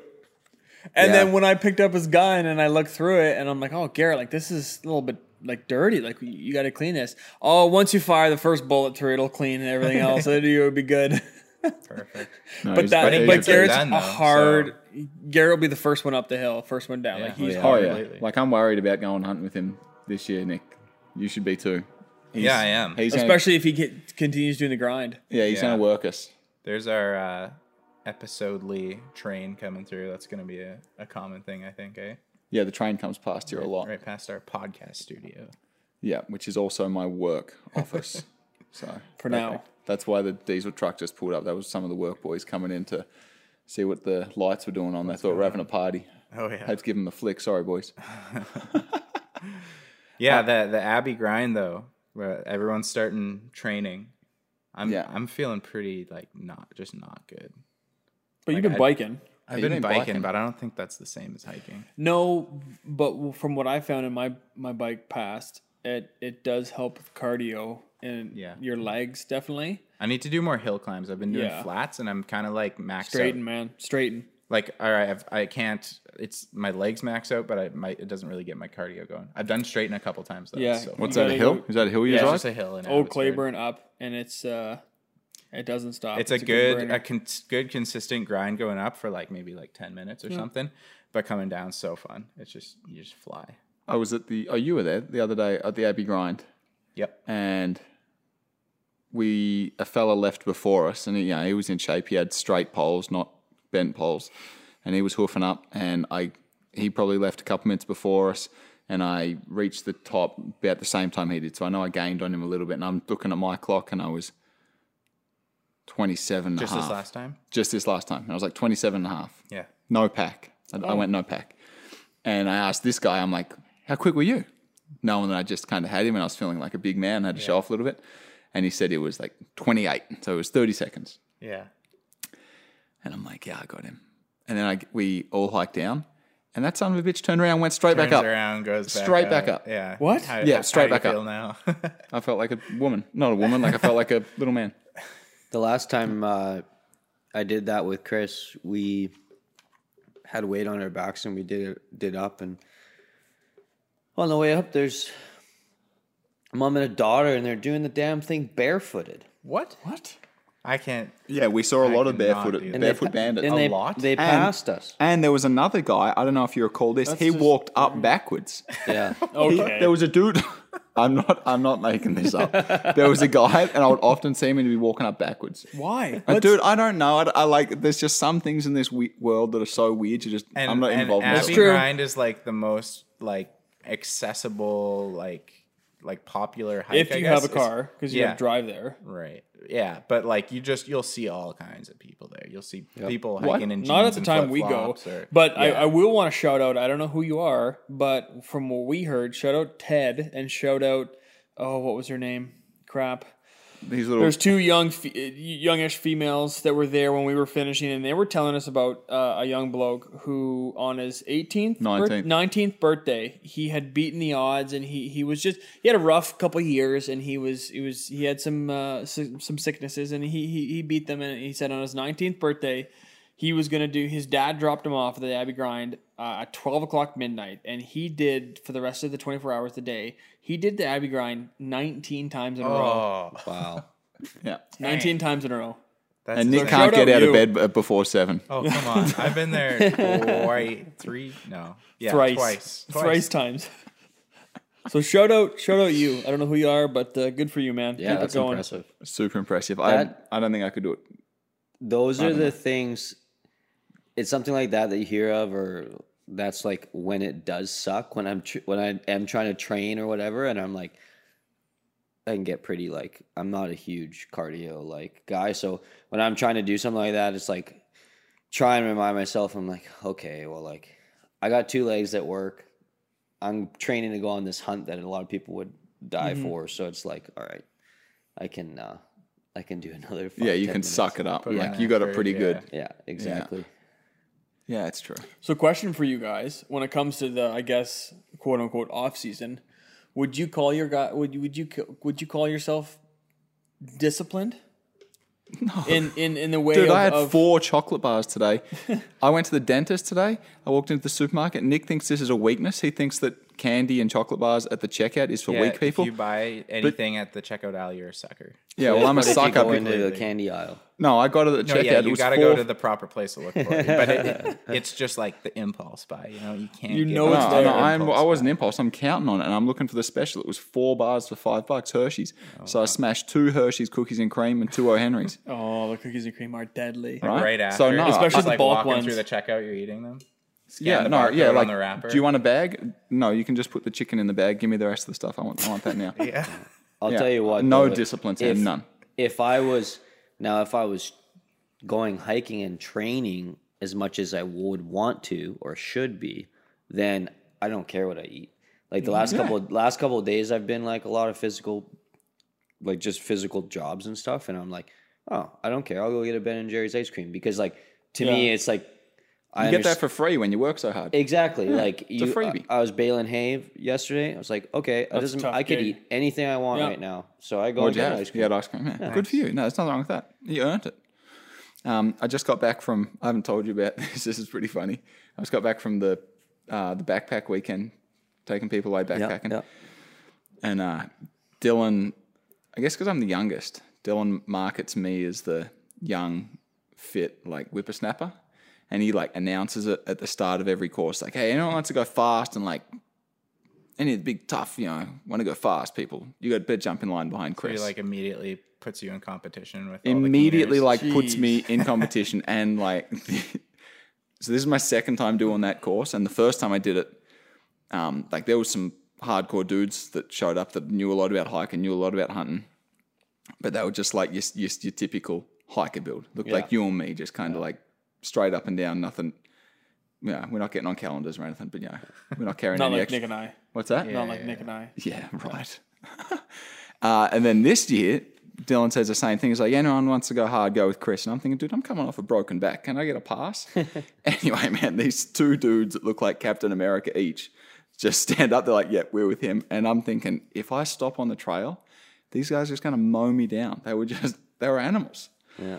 S7: And
S4: Um, Yeah.
S7: then when I picked up his gun and I looked through it and I'm like, oh, Garrett, like this is a little bit like dirty. Like you- you got to clean this. Oh, once you fire the first bullet through, it'll clean and everything else. It'll it'll be good.
S6: Perfect.
S4: No,
S7: but
S4: he's-
S7: that,
S6: but he
S7: but
S6: gets it
S7: Garrett's
S6: done,
S7: a
S6: though,
S7: hard. Garrett will be the first one up the hill, first one down.
S6: Yeah.
S7: Like he's
S6: Oh, yeah.
S4: oh
S7: hard.
S4: yeah,
S6: lately.
S4: like I'm worried about going hunting with him this year, Nick. You should be too. He's-
S6: Yeah, I am.
S4: He's gonna-
S7: Especially if he get, continues doing the grind.
S4: yeah, he's
S6: Yeah.
S4: gonna work us.
S6: There's our uh, episodely train coming through. That's going to be a, a common thing, I think, eh?
S4: Yeah, the train comes past here a lot.
S6: Right past our podcast studio.
S4: Yeah, which is also my work office. so
S7: For now.
S4: that's why the diesel truck just pulled up. That was some of the work boys coming in to see what the lights were doing on. They thought we were having a party.
S6: Oh, yeah.
S4: I had to give them the flick. Sorry, boys.
S6: Yeah, the the Abbey grind though, where everyone's starting training. I'm
S4: Yeah.
S6: I'm feeling pretty like not just not good.
S7: But you've been biking.
S6: I've
S4: you've been
S6: been, biking,
S4: biking.
S6: but I don't think that's the same as hiking.
S7: No, but from what I found in my my bike past, it it does help with cardio and
S6: Yeah.
S7: your legs definitely.
S6: I need to do more hill climbs. I've been doing
S7: Yeah.
S6: flats, and I'm kind of like maxed
S7: Straighten,
S6: out.
S7: man, straighten.
S6: Like, all right, I've, I can't. It's my legs max out, but I my it doesn't really get my cardio going. I've done straighten a couple times though.
S7: Yeah.
S6: so.
S4: What's
S7: You
S4: that? A
S7: gotta
S4: hill?
S7: go-
S4: Is that a hill you
S6: yeah, it's
S4: drive?
S6: just a hill. And
S7: Old Claiborne up, and it's uh, it doesn't stop.
S6: It's a good,
S7: burner.
S6: a con- good consistent grind going up for like maybe like ten minutes or something, but coming down so fun. It's just you just fly.
S4: I was at the. Oh, you were there the other day at the Abbey Grind,
S6: Yep.
S4: and we a fella left before us, and he, you know, he was in shape. He had straight poles, not bent poles, and he was hoofing up. And I, he probably left a couple minutes before us, and I reached the top about the same time he did. So I know I gained on him a little bit, and I'm looking at my clock, and I was. 27 and a
S6: Just this
S4: half.
S6: last time.
S4: just this last time and I was like 27 and a half
S6: Yeah.
S4: no pack. I, I went no pack. And I asked this guy, I'm like, how quick were you? Knowing that I just kind of had him and I was feeling like a big man, I had to show off a little bit. And he said it was like 28. So it was 30 seconds.
S6: Yeah.
S4: And I'm like, yeah, I got him. And then I, we all hiked down. And that son of a bitch turned around, went straight
S6: Turns
S4: back up.
S6: around, goes back
S4: Straight
S6: up.
S4: back up.
S6: Yeah.
S7: What?
S6: How-
S4: Yeah,
S6: how
S4: straight
S6: do you
S4: back up.
S6: feel Now.
S4: I felt like a woman. Not a woman, like I felt like a little man.
S3: The last time uh, I did that with Chris, we had weight on our backs and we did did up and on the way up there's a mom and a daughter and they're doing the damn thing barefooted.
S6: what? What? I can't.
S4: Yeah, we saw a lot of
S6: could not
S4: barefooted,
S6: do that.
S3: And they
S4: barefoot
S3: pa-
S4: bandits.
S3: And they,
S6: lot?
S3: They passed us.
S4: And there was another guy, I don't know if you recall this, he walked up backwards.
S3: Yeah.
S4: He-
S7: okay.
S4: there was a dude. I'm not. I'm not making this up. There was a guy, and I would often see him and he'd be walking up backwards.
S7: Why?
S4: Uh, dude, I don't know. I, I like. There's just some things in this we- world that are so weird. You just.
S6: And,
S4: I'm not
S6: and
S4: involved.
S6: Abbey
S4: in it.
S7: true.
S6: Grind is like the most like accessible, like like popular. Hike,
S7: if
S6: I
S7: you
S6: guess.
S7: have a
S6: It's-
S7: car, because you
S6: yeah.
S7: have drive there.
S6: Right. Yeah, but like you just you'll see all kinds of people there. You'll see people hiking in jeans
S7: Not at the
S6: and
S7: time we go,
S6: flip-flops or-
S7: but I,
S6: Yeah.
S7: I will want to shout out. I don't know who you are, but from what we heard, shout out Ted and shout out. Oh, what was her name? Crap.
S4: These little.
S7: There's two young, fe- uh, youngish females that were there when we were finishing, and they were telling us about uh, a young bloke who, on his 18th, birth-
S4: 19th.
S7: 19th birthday, he had beaten the odds, and he he was just he had a rough couple of years, and he was he was he had some uh, si- some sicknesses, and he, he he beat them, and he said on his 19th birthday. He was gonna do. His dad dropped him off at the Abbey Grind uh, at twelve o'clock midnight, and he did for the rest of the twenty four hours of the day. He did the Abbey Grind nineteen times in a row.
S6: Oh,
S3: Wow.
S4: yeah.
S7: 19 times in a row.
S6: that's
S4: And Nick
S6: insane.
S4: can't
S7: Shout out
S4: get out
S7: you.
S4: of bed b- before seven.
S6: Oh come on! I've been there twice, three, no, yeah,
S7: Thrice.
S6: twice,
S7: Thrice, times. So shout out, shout out you. I don't know who you are, but uh, good for you, man.
S3: Yeah,
S7: Keep
S3: that's
S7: it going.
S3: impressive.
S4: Super impressive.
S3: That-
S4: I I don't think I could do it.
S6: Oh,
S3: Those are the things. It's something like that that you hear of, or that's like when it does suck. When I'm tr- when I am trying to train or whatever, and I'm like, I can get pretty like I'm not a huge cardio like guy. So when I'm trying to do something like that, it's like try and remind myself. I'm like, okay, well, like I got two legs that work. I'm training to go on this hunt that a lot of people would die
S4: Mm-hmm.
S3: for. So it's like, all right, I can uh, I can do another. Five,
S4: Yeah, you
S3: 10
S4: can
S3: minutes.
S4: suck it up.
S6: Put it
S4: Like
S6: in
S4: you got
S6: effort,
S4: it pretty
S6: yeah.
S4: good.
S3: Yeah, exactly.
S4: Yeah, it's true.
S7: So question for you guys: When it comes to the, I guess, quote unquote off season, would you call your guy? Would you would you would you call yourself disciplined? in in in the way
S4: Dude,
S7: of,
S4: I had
S7: of-
S4: four chocolate bars today. I went to the dentist today. I walked into the supermarket. Nick thinks this is a weakness. He thinks that candy and chocolate bars at the checkout is for
S6: Yeah,
S4: weak people.
S6: If you buy anything at the checkout aisle, you're a sucker.
S4: yeah, well, I'm a
S3: If you
S4: sucker.
S3: Go into the
S6: completely.
S3: candy aisle.
S4: No, I got it at the
S6: No,
S4: checkout.
S6: yeah,
S4: it
S6: you
S4: was
S6: got to
S4: four-
S6: go to the proper place to look for it. But it, it- it's just like the impulse buy. You know, you can't.
S7: You
S6: get
S7: know
S6: it.
S7: it's
S4: No,
S7: there.
S4: no, I'm, I wasn't impulse. I'm counting on it, and I'm looking for the special. It was four bars for five bucks, Hershey's.
S6: Oh,
S4: so I smashed two Hershey's cookies and cream and two O'Henry's.
S7: oh, the cookies and cream are deadly.
S4: Right?
S6: right after.
S4: So no,
S7: Especially
S4: I-
S6: Just
S7: the
S6: like
S7: bulk
S6: walking
S7: ones.
S6: through the checkout, you're eating them.
S4: yeah,
S6: the
S4: no,
S6: barcode
S4: yeah,
S6: on
S4: like,
S6: the wrapper.
S4: do you want a bag? No, you can just put the chicken in the bag. Give me the rest of the stuff. I want, I want that now. yeah.
S3: I'll tell you what.
S4: no
S3: though,
S4: discipline, Sam,
S3: If,
S4: none.
S3: If I was now, if I was going hiking and training as much as I would want to or should be, then I don't care what I eat. Like the last couple last couple of days, I've been like a lot of physical, like just physical jobs and stuff, and I'm like, oh, I don't care. I'll go get a Ben and Jerry's ice cream because, like, to me, it's like. I
S4: You get that
S3: underst-
S4: for free when you work so hard.
S3: Exactly. like you,
S4: freebie.
S3: I, I was baling hay yesterday. I was like, okay, I doesn't.
S7: tough
S3: I could
S7: gig.
S3: eat anything I want
S7: Yeah.
S3: right now. So I go and
S4: What'd you
S3: get
S4: have?
S3: ice
S4: You
S3: cream.
S4: had ice cream. Yeah. Good for you. No, there's nothing wrong with that. You earned it. Um, I just got back from. I haven't told you about this. This is pretty funny. I just got back from the uh, the backpack weekend, taking people away backpacking,
S3: yeah.
S4: and uh, Dylan. I guess because I'm the youngest, Dylan markets me as the young, fit like whippersnapper, and he like announces it at the start of every course, like, "Hey, anyone wants to go fast and like." Any of the big tough, you know, want to go fast, people. You got to better jump in line behind Chris
S6: It like immediately puts you in competition with all the
S4: immediately
S6: commuters.
S4: like puts me in competition and like so this is my second time doing that course and the first time i did it um, like there was some hardcore dudes that showed up that knew a lot about hiking knew a lot about hunting but they were just like your, your, your typical hiker build looked like you and me just kind of like straight up and down nothing yeah we're not getting on calendars or anything but yeah we're not carrying
S7: Not
S4: any
S7: like
S4: extra
S7: Nick and I.
S4: what's that
S7: Not like Nick and I.
S4: yeah, right. uh, and then this year, Dylan says the same thing. He's like, anyone wants to go hard, go with Chris. And I'm thinking, dude, I'm coming off a broken back. Can I get a pass? anyway, man, these two dudes that look like Captain America each just stand up. They're like, yeah, we're with him. And I'm thinking, if I stop on the trail, these guys are just going to mow me down. They were just, they were animals.
S3: Yeah.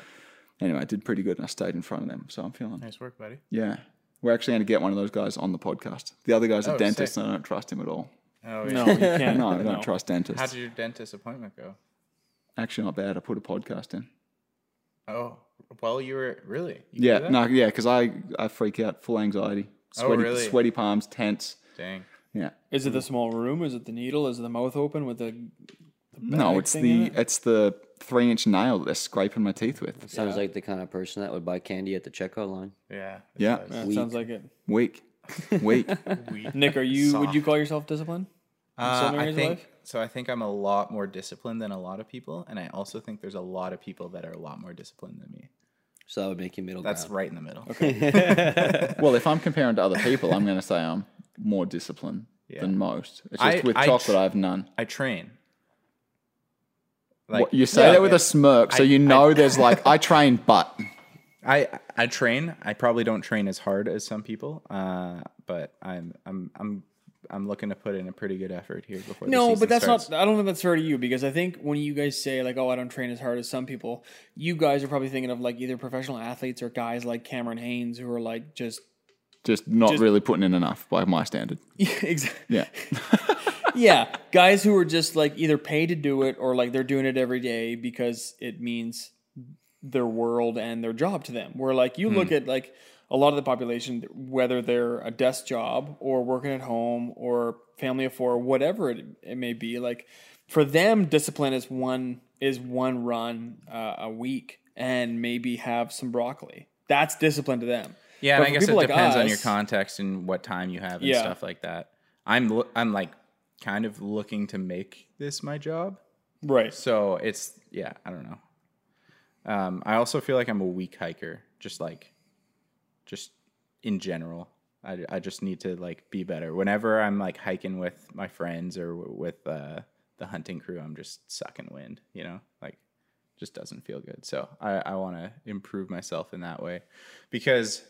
S4: Anyway, I did pretty good and I stayed in front of them. So I'm feeling,
S6: Nice work, buddy.
S4: yeah. We're actually going to get one of those guys on the podcast. The other guy's a dentist and I don't trust him at all.
S6: Oh,
S7: No,
S6: yeah.
S7: you can't.
S4: No, I don't trust dentists.
S6: How did your dentist appointment go?
S4: Actually, not bad. I put a podcast in.
S6: Oh, well, you were really. You do
S4: Yeah,
S6: that?
S4: no, yeah, because I I freak out, full anxiety,
S6: Oh,
S4: sweaty,
S6: really?
S4: sweaty palms, tense.
S6: Dang.
S4: Yeah,
S7: Is it the small room? Is it the needle? Is it the mouth open with the?
S4: no, it's
S7: thing in
S4: the it's the three inch nail that they're scraping my teeth with.
S3: Sounds like the kind of person that would buy candy at the checkout line.
S6: Yeah.
S4: Yeah,
S7: That sounds like it.
S4: weak, weak.
S7: Nick, are you? Would you call yourself disciplined?
S6: Uh,
S7: some
S6: I
S7: areas of
S6: think
S7: life?
S6: so. I think I'm a lot more disciplined than a lot of people, and I also think there's a lot of people that are a lot more disciplined than me.
S3: So that would make you middle
S6: That's
S3: ground.
S6: right in the middle.
S4: well, if I'm comparing to other people, I'm going to say I'm more disciplined than most. It's just
S6: I-
S4: with
S6: I
S4: chocolate,
S6: tr-
S4: I have none.
S6: I train.
S4: What- you say that with a smirk, so
S6: I-
S4: you know there's like I train, but
S6: I I train. I probably don't train as hard as some people, uh, but I'm I'm I'm I'm looking to put in a pretty good effort here before. the
S7: No,
S6: season
S7: but that's
S6: starts.
S7: not. I don't think that's fair to you because I think when you guys say like, "Oh, I don't train as hard as some people," you guys are probably thinking of like either professional athletes or guys like Cameron Haynes who are like just
S4: just not really putting in enough by my standard.
S7: exactly.
S4: Yeah,
S7: yeah, guys who are just like either paid to do it or like they're doing it every day because it means their world and their job to them. Where like you
S6: Hmm.
S7: look at like a lot of the population, whether they're a desk job or working at home or family of four, whatever it, it may be, like for them, discipline is one is one run uh, a week and maybe have some broccoli. That's discipline to them.
S6: Yeah,
S7: But
S6: and I
S7: for
S6: guess it
S7: people like
S6: depends on your
S7: us-
S6: context and what time you have and
S7: Yeah.
S6: stuff like that. I'm lo- I'm like kind of looking to make this my job,
S7: Right.
S6: so it's yeah. I don't know. Um, I also feel like I'm a weak hiker, just like, just in general. I, I just need to like be better. Whenever I'm like hiking with my friends or w- with uh, the hunting crew, I'm just sucking wind. You know, like just doesn't feel good. So I, I want to improve myself in that way because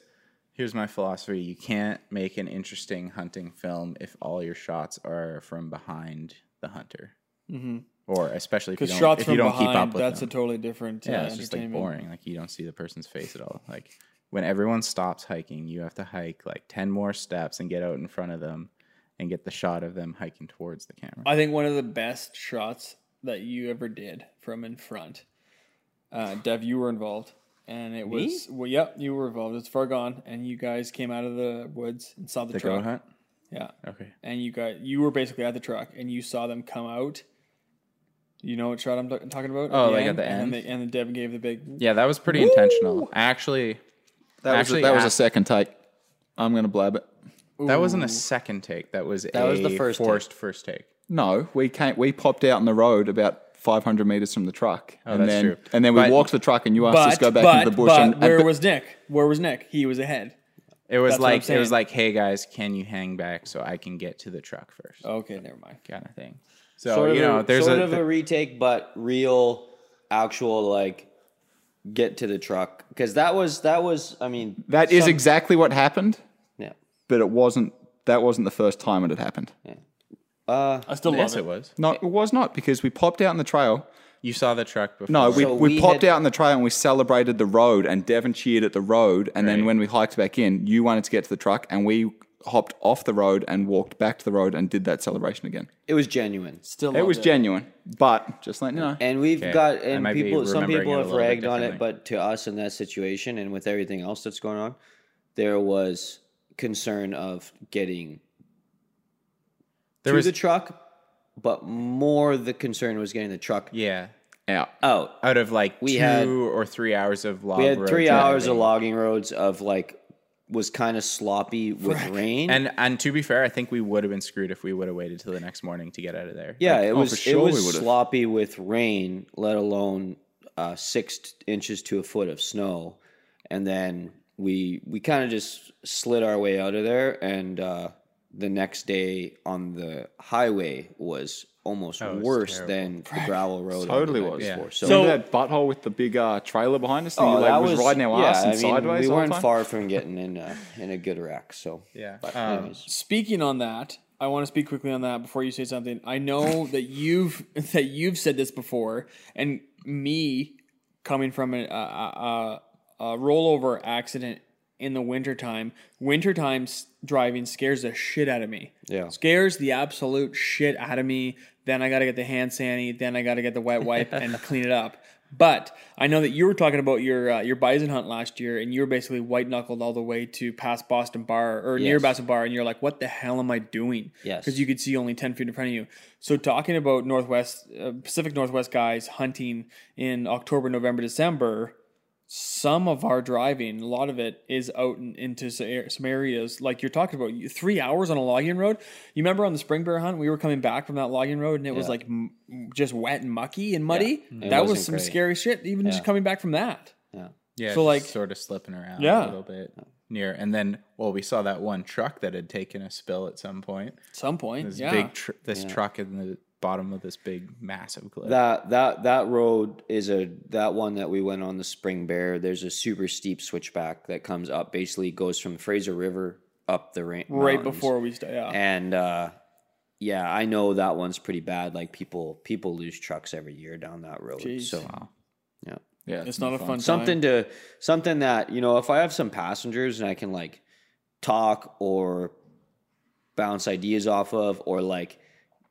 S6: here's my philosophy you can't make an interesting hunting film if all your shots are from behind the hunter. or especially if you
S7: Because
S6: don't,
S7: Mm-hmm. shots
S6: if
S7: from
S6: you don't
S7: behind,
S6: keep up with
S7: that's
S6: them.
S7: a totally different.
S6: yeah,
S7: uh,
S6: it's just like
S7: entertainment.
S6: boring. Like you don't see the person's face at all. Like when everyone stops hiking, you have to hike like ten more steps and get out in front of them and get the shot of them hiking towards the camera.
S7: I think one of the best shots that you ever did from in front, uh, Dev, you were involved, and it was well, yep, you were involved. It's far gone, and you guys came out of the woods and saw the,
S6: the
S7: truck.
S6: goat hunt.
S7: Yeah,
S6: Okay.
S7: and you got you were basically at the truck, and you saw them come out. You know what shot I'm t- talking about?
S6: Oh, like at the end?
S7: and then they- and then Dev gave the big.
S6: Yeah, that was pretty intentional. I actually
S4: That
S6: Actually,
S4: was a, that was
S6: I-
S4: a second take. I'm gonna blab it.
S6: that wasn't a second take. That was a
S3: was the first take.
S6: forced first take.
S4: No, we came. We popped out on the road about 500 meters from the truck, oh, and
S6: that's
S4: then
S6: true.
S4: and then we
S6: But-
S4: walked the truck, and you asked us
S7: But
S4: to go back
S7: but
S4: into the bush.
S7: but
S4: and, and
S7: where
S4: the-
S7: was Nick? Where was Nick? He was ahead.
S6: It was
S7: That's what I'm
S6: like it was
S7: saying.
S6: like, hey guys, can you hang back so I can get to the truck first?
S7: Okay, never mind.
S6: Kind of thing. So
S3: sort
S6: you
S3: of
S6: know,
S3: a,
S6: there's
S3: sort
S6: a,
S3: of a retake, but real, actual like get to the truck because that was that was I mean
S4: that is exactly what happened,
S3: yeah
S4: but it wasn't. That wasn't the first time it had happened.
S7: I still
S6: yes,
S7: love it.
S6: it was.
S4: No, it was not because we popped out on the trail.
S6: You saw the truck before.
S4: No, we,
S3: So
S4: we,
S3: we
S4: popped
S3: had-
S4: out on the trail and we celebrated the road, and Devon cheered at the road. And then
S6: Right.
S4: when we hiked back in, you wanted to get to the truck, and we hopped off the road and walked back to the road and did that celebration again.
S3: it was genuine
S7: Still,
S4: It
S7: love
S4: was genuine, but just letting you know.
S3: and we've
S6: Okay,
S3: got
S6: I
S3: and
S6: might be
S3: people some
S6: remembering it
S3: people
S6: a
S3: have
S6: little bit
S3: ragged on it
S6: differently.
S3: but to us in that situation and with everything else that's going on there was concern of getting
S6: there
S3: to
S6: was
S3: the truck but more the concern was getting the truck
S6: yeah.
S4: out.
S3: out
S6: Out of like
S3: We
S6: two
S3: had-
S6: or three hours of log
S3: we had
S6: road
S3: three hours of
S6: driving.
S3: logging roads of like was kind of sloppy with rain
S6: And and to be fair, I think we would have been screwed if we would have waited till the next morning to get out of there.
S3: Yeah, it
S4: oh, for
S3: was
S4: sure
S3: it
S4: we
S3: was
S4: would've.
S3: sloppy with rain, let alone uh, six t- inches to a foot of snow, and then we we kind of just slid our way out of there. And uh, the next day on the highway was almost
S6: Oh, was
S3: worse
S6: terrible.
S3: than the gravel road.
S4: Totally
S3: on the night
S4: was.
S6: Yeah.
S3: before. So, Oh,
S4: So that butthole with the big uh, trailer behind us, that you, like, was, riding our ass and sideways.
S3: We
S4: all the
S3: weren't
S4: time?
S3: far from getting in a, in a good rack. So
S6: Yeah.
S3: but
S6: Um,
S3: anyways.
S7: speaking on that, I want to speak quickly on that before you say something. I know that you've that you've said this before, and me coming from a, a, a, a rollover accident in the wintertime, wintertime s- driving scares the shit out of me.
S3: Yeah.
S7: Scares the absolute shit out of me. Then I got to get the hand sanny. Then I got to get the wet wipe and clean it up. But I know that you were talking about your uh, your bison hunt last year, and you were basically white knuckled all the way to past Boston Bar or near
S3: Yes.
S7: Boston Bar, and you're like, "What the hell am I doing?"
S3: Yes.
S7: because you could see only ten feet in front of you. So talking about Northwest uh, Pacific Northwest guys hunting in October, November, December, some of our driving, a lot of it is out in, into s- ar- some areas like you're talking about. You- Three hours on a logging road. You remember on the spring bear hunt, we were coming back from that logging road and it was like m- m- just wet and mucky and muddy.
S3: It
S7: That was
S3: wasn't
S7: some
S3: great.
S7: scary shit. Even just coming back from that.
S6: Yeah.
S7: So,
S6: just
S7: like-
S6: sort of slipping around
S7: Yeah.
S6: a little bit near and then well, we saw that one truck that had taken a spill at some point.
S7: At some point,
S6: This
S7: yeah.
S6: big tr- this truck in the bottom of this big massive cliff.
S3: That that that road is a that one that we went on the Spring Bear. There's a super steep switchback that comes up, basically goes from Fraser River up the rain
S7: right before we start. Yeah.
S3: And uh, yeah, I know that one's pretty bad. Like people people lose trucks every year down that road. So
S4: Yeah,
S7: it's not a fun
S3: something to something that you know if i have some passengers and i can like talk or bounce ideas off of or like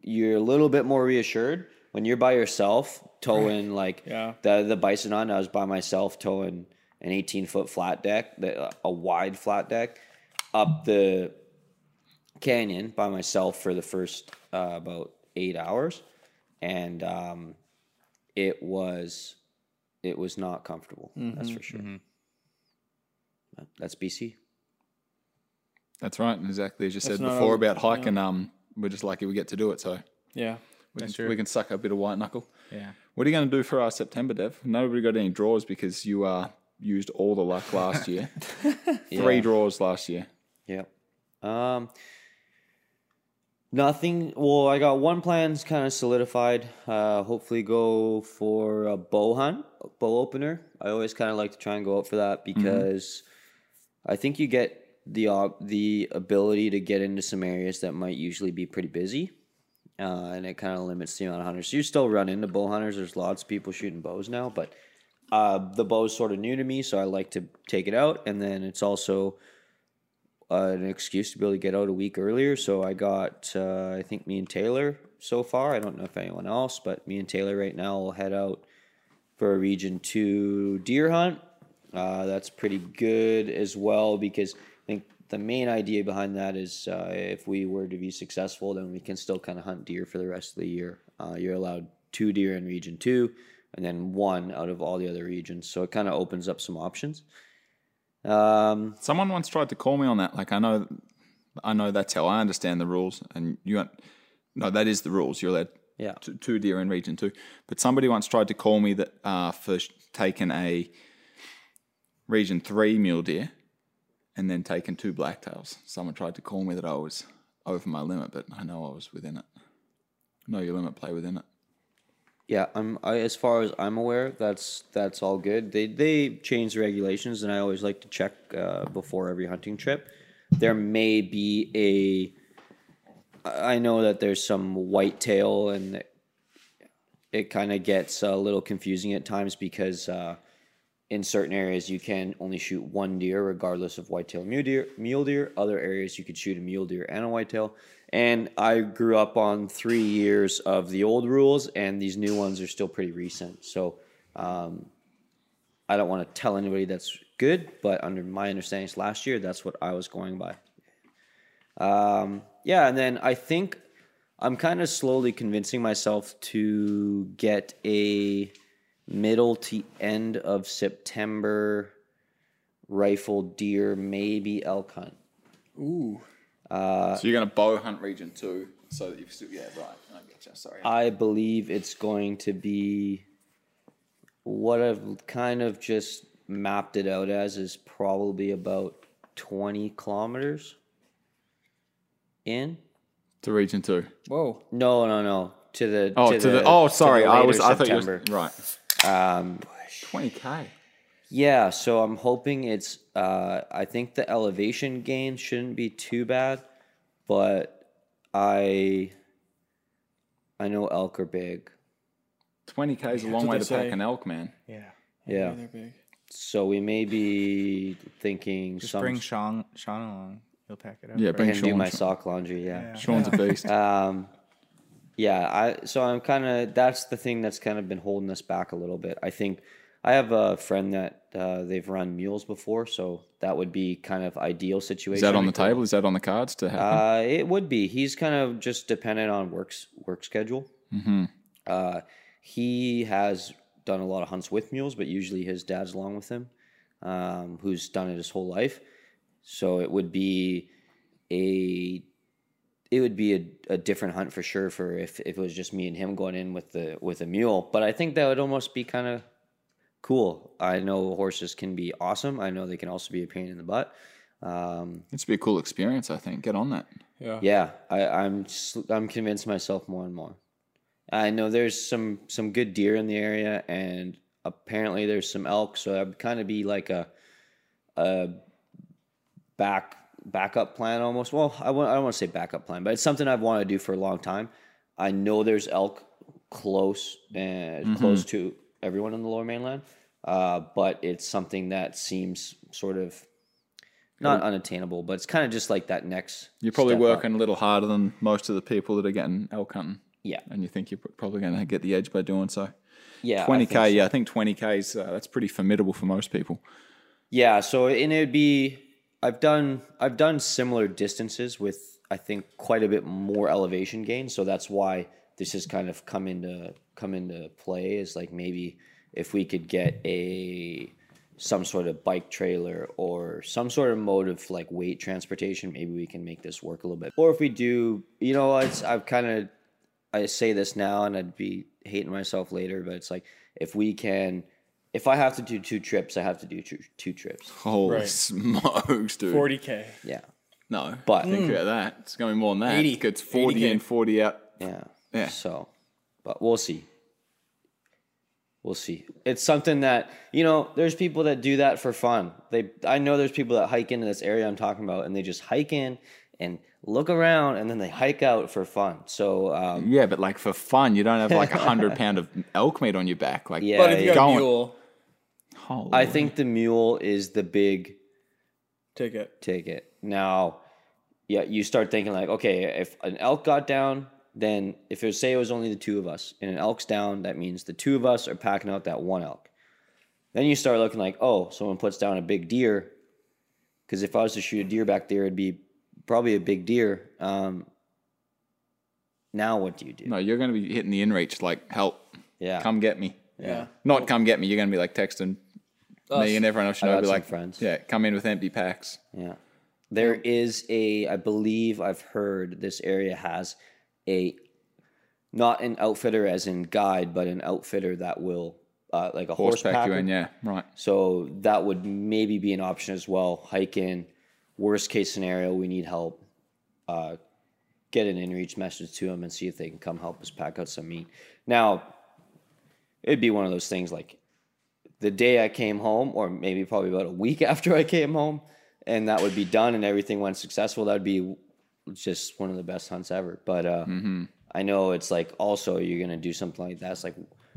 S3: you're a little bit more reassured when you're by yourself towing like
S7: Yeah.
S3: the the bison on i was by myself towing an 18 foot flat deck the, a wide flat deck up the canyon by myself for the first uh, about eight hours and um, it was it was not comfortable that's for sure Uh, that's bc
S4: That's right, and exactly as you said
S7: That's not
S4: before
S7: a-
S4: about hiking. Um, we're just lucky we get to do it, so
S7: Yeah.
S4: we can, we can suck a bit of white knuckle.
S6: yeah.
S4: What are you going to do for our September, Dev? Nobody got any draws because you uh, used all the luck last year. Three draws last year.
S3: Yep. Um, nothing. Well, I got one plan's kind of solidified. Uh, hopefully go for a bow hunt, a bow opener. I always kind of like to try and go out for that because I think you get the op- the ability to get into some areas that might usually be pretty busy. uh, and it kind of limits the amount of hunters. You still run into bow hunters. There's lots of people shooting bows now, but uh, the bow is sort of new to me, so I like to take it out, and then it's also uh, an excuse to be able to get out a week earlier. So I got, uh, I think, me and Taylor so far. I don't know if anyone else, but me and Taylor right now will head out for a region two deer hunt. Uh, that's pretty good as well because I think the main idea behind that is uh, if we were to be successful, then we can still kind of hunt deer for the rest of the year. Uh, you're allowed two deer in region two and then one out of all the other regions. So it kind of opens up some options. Um,
S4: Someone once tried to call me on that. Like I know, I know that's how I understand the rules, and you aren't. No, that is the rules. You're allowed
S3: Yeah.
S4: t- two deer in region two. But somebody once tried to call me that uh, for sh- taking a region three mule deer, and then taking two blacktails. Someone tried to call me that I was over my limit, but I know I was within it. Know your limit, play within it.
S3: Yeah, I'm I, as far as I'm aware, that's that's all good. They they change the regulations, and I always like to check uh, before every hunting trip. There may be a. I I know that there's some whitetail, and it, kind of gets a little confusing at times because uh, in certain areas you can only shoot one deer, regardless of whitetail mule deer. Mule deer. Other areas you could shoot a mule deer and a whitetail. And I grew up on three years of the old rules, and these new ones are still pretty recent. So um, I don't want to tell anybody that's good, but under my understanding, it's last year that's what I was going by. Um, yeah, and then I think I'm kind of slowly convincing myself to get a middle to end of September rifle deer, maybe elk hunt. Uh,
S4: so you're gonna bow hunt region two, so that you've still yeah right. I get you. Sorry.
S3: I believe it's going to be what I've kind of just mapped it out as is probably about 20 kilometers in.
S4: to region two.
S7: Whoa.
S3: No, no, no. To the
S4: Oh, to, the, oh,
S3: to
S4: sorry,
S3: the
S4: I
S3: later
S4: was I thought you
S3: September.
S4: was, right.
S3: Um,
S4: Twenty k.
S3: yeah, so I'm hoping it's. Uh, I think the elevation gain shouldn't be too bad, but I I know elk are big.
S4: Twenty k is a long
S7: what
S4: way
S7: they
S4: to
S7: say.
S4: pack an elk, man.
S3: Yeah, so we may be thinking
S6: Just
S3: some.
S6: bring Sean Sean along. He'll pack it up.
S4: Yeah,
S6: right?
S4: bring
S3: and do
S4: Sean.
S3: my
S4: Sean-
S3: sock laundry. Yeah.
S4: Sean's a beast.
S3: Um, yeah, I so I'm kind of that's the thing that's kind of been holding us back a little bit. I think I have a friend that uh, they've run mules before, so that would be kind of ideal situation.
S4: Is that on the table? Is that on the cards to happen?
S3: Uh, it would be. He's kind of just dependent on works work schedule.
S4: Mm-hmm.
S3: Uh, he has done a lot of hunts with mules, but usually his dad's along with him, um, who's done it his whole life. So it would be a it would be a, a different hunt for sure for if, if it was just me and him going in with the with a mule. But I think that would almost be kind of cool. I know horses can be awesome. I know they can also be a pain in the butt. Um,
S4: It'd be a cool experience, I think. Get on that.
S3: yeah, I, I'm s- I'm convinced myself more and more. I know there's some some good deer in the area, and apparently there's some elk. So that'd kind of be like a a back backup plan almost. Well, I w- I don't want to say backup plan, but it's something I've wanted to do for a long time. I know there's elk close and close to everyone in the Lower Mainland, uh, but it's something that seems sort of not unattainable, but it's kind of just like that next.
S4: You're probably
S3: step up.
S4: working a little harder than most of the people that are getting elk hunting,
S3: Yeah,
S4: and you think you're pr- probably going to get the edge by doing so.
S3: yeah. I
S4: Twenty
S3: think so.
S4: k, yeah, I think twenty k is uh, that's pretty formidable for most people.
S3: Yeah, so and it'd be I've done I've done similar distances with I think quite a bit more elevation gain, so that's why this has kind of come into come into play is like maybe if we could get a some sort of bike trailer or some sort of mode of like weight transportation, maybe we can make this work a little bit. Or if we do, you know, it's I've kind of I say this now and I'd be hating myself later, but it's like if we can, if I have to do two trips, I have to do two, two trips.
S4: Holy
S7: Right.
S4: smokes, dude!
S7: 40k.
S3: Yeah,
S4: No,
S3: But-
S7: Mm.
S4: think about that. It's going to be more than that.
S7: 80.
S4: It's forty
S7: 80K.
S4: in, forty out.
S3: yeah,
S4: Yeah.
S3: So, but we'll see. We'll see. It's something that you know. There's people that do that for fun. They, I know there's people that hike into this area I'm talking about, and they just hike in and look around, and then they hike out for fun. So um,
S4: Yeah, but like for fun, you don't have like a hundred pound of elk meat on your back. Like,
S3: yeah,
S7: But if you got
S4: Going.
S7: a mule,
S4: holy-
S3: I think the mule is the big
S7: take it.
S3: ticket. Now, yeah, you start thinking like, okay, if an elk got down, then if it was, say it was only the two of us, and an elk's down, that means the two of us are packing out that one elk. Then you start looking like, oh, someone puts down a big deer, because if I was to shoot a deer back there, it'd be probably a big deer. Um, now what do you do?
S4: no, you're going to be hitting the in reach. Like, help,
S3: yeah,
S4: come get me.
S7: Yeah.
S4: Not come get me. You're going to be like texting me and everyone else. You
S3: I
S4: know,
S3: got
S4: be
S3: some
S4: like,
S3: friends.
S4: yeah, come in with empty packs.
S3: Yeah. there is a, I believe I've heard this area has a, not an outfitter as in guide, but an outfitter that will, uh, like a horse,
S4: Horse pack you
S3: packer.
S4: in. Yeah, right.
S3: So that would maybe be an option as well. Hike in. Worst case scenario, we need help. Uh, get an in-reach message to them and see if they can come help us pack out some meat. Now, it'd be one of those things like the day I came home, or maybe probably about a week after I came home, and that would be done and everything went successful. That'd be just one of the best hunts ever. But uh, I know it's like also you're gonna do something like that. It's like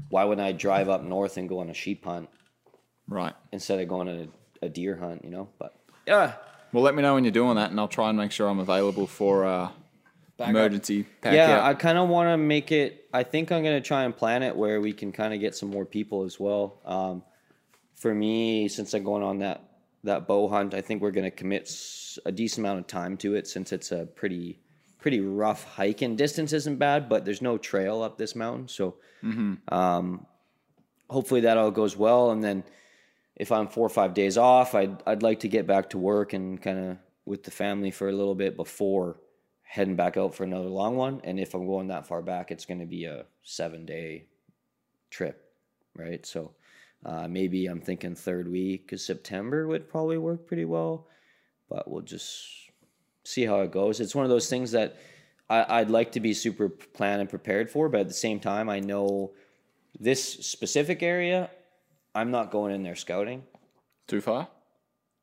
S3: why wouldn't I drive up north and go on a sheep hunt
S4: Right.
S3: instead of going on a, a deer hunt, you know. But yeah,
S4: Well, let me know when you're doing that, and I'll try and make sure I'm available for uh, emergency pack
S3: yeah,
S4: out.
S3: I kind of want to make it. I think I'm gonna try and plan it where we can kind of get some more people as well. Um, for me, since I'm going on that that bow hunt, I think we're gonna commit s- a decent amount of time to it since it's a pretty pretty rough hike and distance isn't bad, but there's no trail up this mountain, so um, hopefully that all goes well, and then. if I'm four or five days off, I'd I'd like to get back to work and kind of with the family for a little bit before heading back out for another long one. And if I'm going that far back, it's going to be a seven day trip, right? So uh, maybe I'm thinking third week of September would probably work pretty well, but we'll just see how it goes. It's one of those things that I, I'd like to be super planned and prepared for, but at the same time, I know this specific area I'm not going in there scouting.
S4: Too far?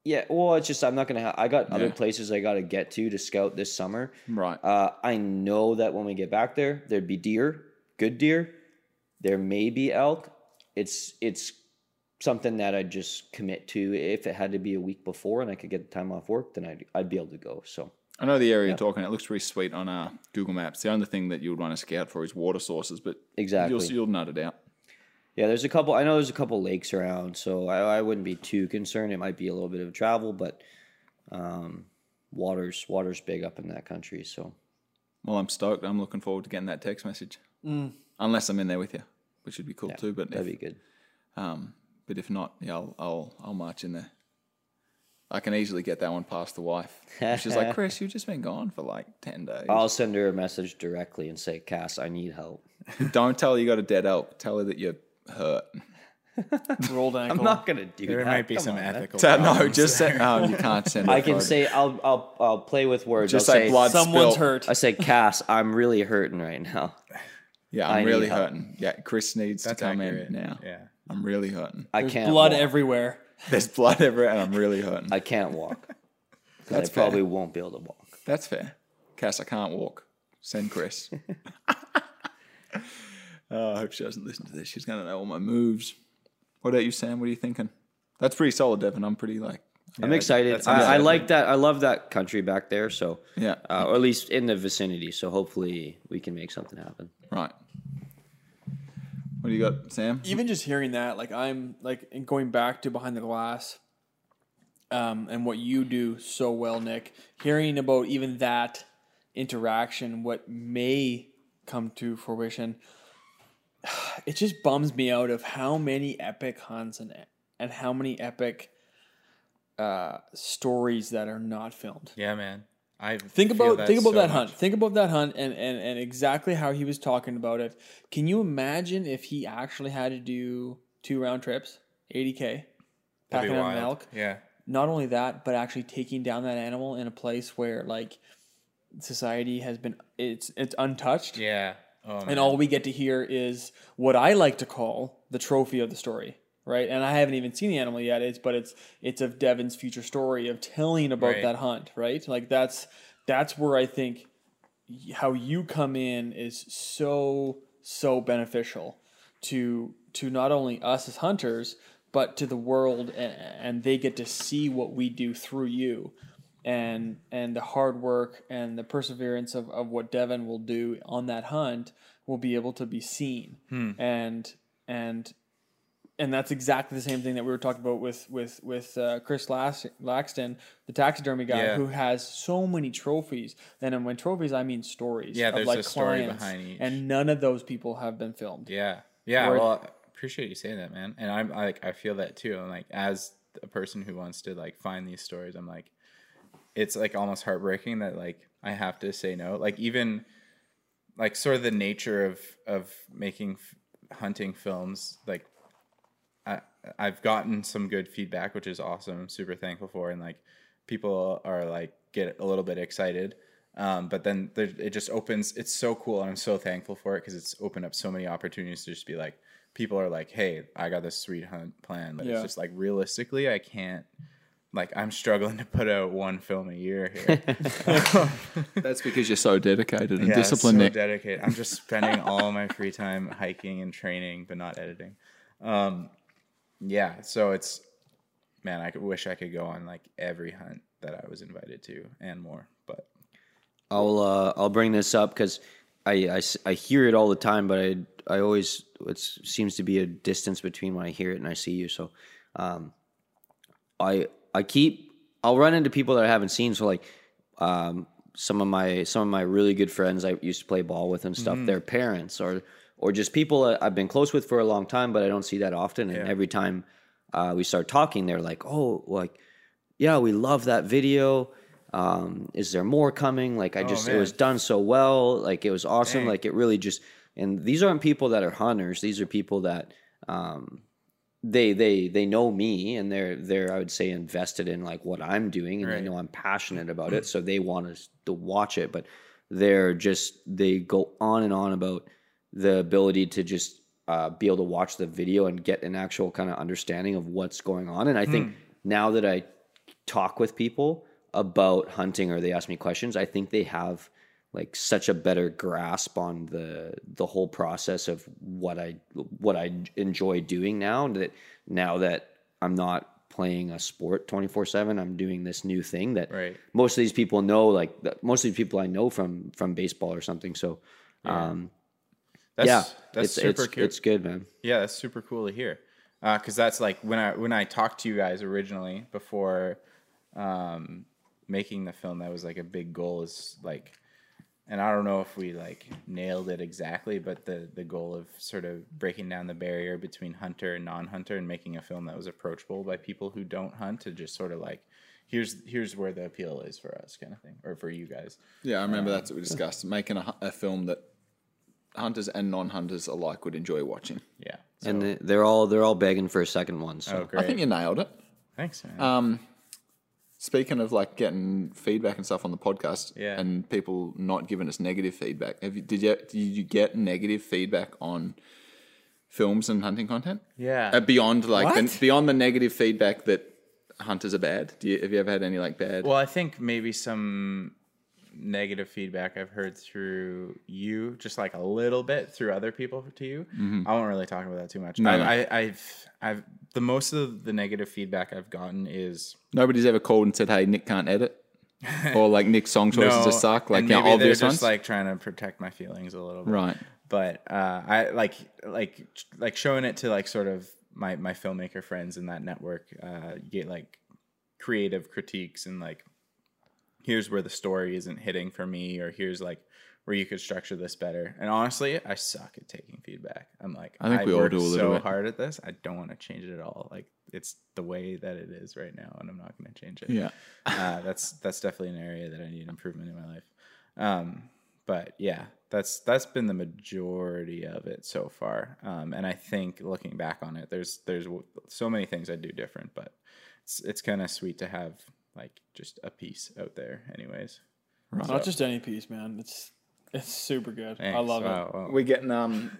S3: Yeah, well, it's just I'm not gonna. Ha- I got other
S4: Yeah.
S3: places I got to get to to scout this summer.
S4: Right.
S3: Uh, I know that when we get back there, there'd be deer, good deer. There may be elk. It's it's something that I would just commit to. If it had to be a week before and I could get the time off work, then I'd I'd be able to go. So
S4: I know the area you're talking. It looks pretty sweet on uh, Google Maps. The only thing that you would want to scout for is water sources, but
S3: exactly.
S4: you'll you'll nut it out.
S3: Yeah, there's a couple. I know there's a couple lakes around, so I, I wouldn't be too concerned. It might be a little bit of travel, but um, water's water's big up in that country. So
S4: Well, I'm stoked. I'm looking forward to getting that text message. Unless I'm in there with you, which would be cool too. But
S3: Mm. that'd
S4: if,
S3: be good.
S4: um, but if not, yeah, I'll, I'll I'll march in there. I can easily get that one past the wife. She's like, Chris, you've just been gone for like ten days.
S3: I'll send her a message directly and say, "Cass, I need help."
S4: Don't tell her you got a dead elk. Tell her that you're hurt.
S7: Rolled ankle.
S3: I'm not gonna do
S6: There
S3: that.
S6: might be
S3: Come
S6: some
S3: on, man.
S6: ethical.
S4: Tell- no,
S6: problems
S4: just
S6: there.
S4: say, oh, you can't send.
S3: I
S4: her
S3: can
S4: photo.
S3: say I'll I'll I'll play with words.
S4: just
S3: I'll
S4: say
S3: say
S4: blood.
S7: Someone's
S4: spilt.
S7: hurt.
S3: I say, Cass, I'm really hurting right now.
S4: Yeah,
S3: I
S4: I'm
S3: need
S4: really
S3: help.
S4: hurting. Yeah, Chris needs
S6: That's
S4: to come
S6: accurate.
S4: in now.
S6: Yeah.
S4: I'm really hurting.
S3: I can't
S7: Blood
S3: walk.
S7: everywhere.
S4: There's blood everywhere, and I'm really hurting.
S3: I can't walk. 'Cause I
S4: That's fair.
S3: probably won't be able to walk.
S4: That's fair. Cass, I can't walk. Send Chris. oh, I hope she doesn't listen to this. She's gonna know all my moves. What about you, Sam? What are you thinking? That's pretty solid, Devin. I'm pretty like,
S3: I'm excited.
S6: that's
S3: I, I
S6: exciting.
S3: like that. I love that country back there. So
S4: yeah,
S3: uh, or at least in the vicinity. So hopefully we can make something happen.
S4: right. What do you got, Sam?
S7: even just hearing that, like I'm like and going back to behind the glass, um, and what you do so well, Nick. Hearing about even that interaction, what may come to fruition, it just bums me out of how many epic hunts and and how many epic uh, stories that are not filmed.
S6: Yeah, man. I
S7: Think
S6: feel
S7: about
S6: that
S7: think about
S6: so
S7: that
S6: much.
S7: hunt. Think about that hunt and, and and exactly how he was talking about it. Can you imagine if he actually had to do two round trips, 80k,
S6: That'd
S7: packing
S6: be
S7: out an
S6: wild.
S7: elk?
S6: Yeah.
S7: Not only that, but actually taking down that animal in a place where like society has been it's it's untouched.
S6: Yeah. Oh, man.
S7: And all we get to hear is what I like to call the trophy of the story, right? And I haven't even seen the animal yet. It's but it's it's of Devin's future story of telling about
S6: Right.
S7: that hunt, right? Like that's that's where I think y- how you come in is so so beneficial to to not only us as hunters but to the world and, and they get to see what we do through you and and the hard work and the perseverance of, of what Devin will do on that hunt will be able to be seen
S6: Hmm.
S7: and and and that's exactly the same thing that we were talking about with with with uh, Chris Lax- Laxton, the taxidermy guy
S6: Yeah.
S7: who has so many trophies. And when trophies, I mean stories.
S6: Yeah,
S7: of
S6: there's
S7: like
S6: a story
S7: clients,
S6: behind each.
S7: and none of those people have been filmed.
S6: Yeah, yeah.
S7: Or-
S6: well, I appreciate you saying that, man. And I'm I, like, I feel that too. I'm like, as a person who wants to like find these stories, I'm like, it's like almost heartbreaking that like I have to say no. Like even like sort of the nature of of making f- hunting films. Like I I've gotten some good feedback, which is awesome. I'm super thankful for, and like people are like get a little bit excited. Um, but then there, it just opens. It's so cool, and I'm so thankful for it because it's opened up so many opportunities to just be like, people are like, "Hey, I got this sweet hunt plan." But
S7: Yeah.
S6: it's just like realistically, I can't. Like I'm struggling to put out one film a year here.
S4: That's because you're so dedicated and
S6: Yeah, it's
S4: disciplined,
S6: so
S4: Nick.
S6: dedicated. I'm just spending all my free time hiking and training, but not editing. Um, yeah, so it's man, I could- wish I could go on like every hunt that I was invited to and more. But
S3: I'll uh, I'll bring this up because I, I s- I hear it all the time, but I I always it seems to be a distance between when I hear it and I see you. So, um, I I keep I'll run into people that I haven't seen. So like, um, some of my some of my really good friends I used to play ball with and stuff. Their parents or or just people that I've been close with for a long time, but I don't see that often. And every time uh, we start talking, they're like, oh, like yeah, we love that video. Um, is there more coming? Like I just, it was done so well. Like it was awesome. Like it really just, and these aren't people that are hunters. These are people that, um, they, they, they know me and they're, they're, I would say invested in like what I'm doing and they know I'm passionate about it. So they want us to watch it, but they're just, they go on and on about the ability to just, uh, be able to watch the video and get an actual kind of understanding of what's going on. And I think now that I talk with people about hunting or they ask me questions, I think they have like such a better grasp on the the whole process of what I what I enjoy doing now that now that I'm not playing a sport 24/7 I'm doing this new thing that
S6: Right.
S3: most of these people know like the- most of these people I know from from baseball or something so um
S6: that's
S3: yeah
S6: that's
S3: it's
S6: super
S3: it's,
S6: cute.
S3: it's good man
S6: Yeah, that's super cool to hear. Because that's like when I when I talked to you guys originally before um, making the film, that was like a big goal. Is like, and I don't know if we like nailed it exactly, but the the goal of sort of breaking down the barrier between hunter and non-hunter and making a film that was approachable by people who don't hunt to just sort of like, here's here's where the appeal is for us, kind of thing, or for you guys.
S4: Yeah, I remember that's what we discussed. Making a, hu- a film that hunters and non-hunters alike would enjoy watching.
S6: Yeah.
S3: and they- they're all they're all begging for a second one so
S6: Oh, great.
S4: I think you nailed it.
S6: Thanks, man.
S4: Um, speaking of like getting feedback and stuff on the podcast,
S6: Yeah.
S4: and people not giving us negative feedback. Have you did you did you get negative feedback on films and hunting content?
S6: yeah.
S4: Uh, beyond like the, beyond the negative feedback that hunters are bad. Do you, have you ever had any like bad?
S6: Well, I think maybe some negative feedback I've heard through you, just like a little bit through other people to you. I won't really talk about that too much. I,
S4: Mm-hmm. no.
S6: I, I've, I've, the most of the negative feedback I've gotten is
S4: Nobody's ever called and said, "Hey, Nick can't edit," or like Nick's song choices just suck. Like
S6: and
S4: the
S6: maybe they're
S4: obvious ones,
S6: just like trying to protect my feelings a little bit
S4: right?
S6: but uh, I like like like showing it to like sort of my my filmmaker friends in that network. Uh, you get like creative critiques and like here's where the story isn't hitting for me, or here's like where you could structure this better. And honestly, I suck at taking feedback. I'm like
S4: I think we all
S6: worked
S4: do a little
S6: so
S4: bit.
S6: hard at this. I don't want to change it at all. Like it's the way that it is right now, and I'm not going to change it
S4: Yeah.
S6: uh, that's that's definitely an area that I need improvement in my life. Um, but yeah, that's that's been the majority of it so far. Um, and I think looking back on it, there's there's w- so many things I do different, but it's it's kind of sweet to have like just a piece out there, anyways.
S7: Not just any piece, man. It's it's super good. I
S6: Thanks.
S7: love it.
S6: Wow, wow.
S4: We're getting um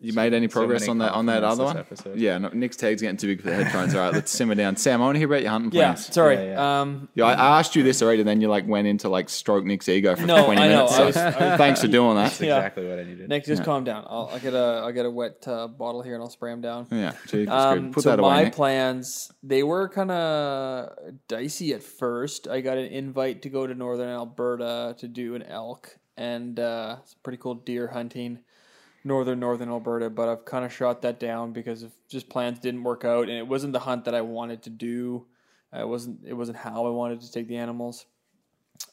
S4: You made any progress
S6: many
S4: on that on that
S6: compliments
S4: other one?
S6: this episode.
S4: Yeah, no, Nick's tag's getting too big for the headphones. All right, let's simmer down. Sam, I want to hear about your hunting
S7: Yeah,
S4: plans.
S7: sorry.
S6: Yeah, yeah.
S7: Um,
S4: Yeah, I, I asked you this already, and then you like went into like stroke Nick's ego for
S7: No,
S4: twenty
S7: I know,
S4: minutes.
S7: I
S4: so
S7: was- I was-
S4: thanks for doing that.
S7: Yeah.
S6: Exactly what I needed.
S7: Nick, just calm down. I'll, I'll get a I'll get a wet uh, bottle here and I'll spray them down.
S4: Yeah, Jesus,
S7: Um,
S4: good. put
S7: so
S4: that
S7: my
S4: away. Nick.
S7: plans they were kind of dicey at first. I got an invite to go to northern Alberta to do an elk and uh, some pretty cool deer hunting, northern northern Alberta. But I've kind of shot that down because of just plans didn't work out, and it wasn't the hunt that I wanted to do. Uh, It wasn't it wasn't how I wanted to take the animals.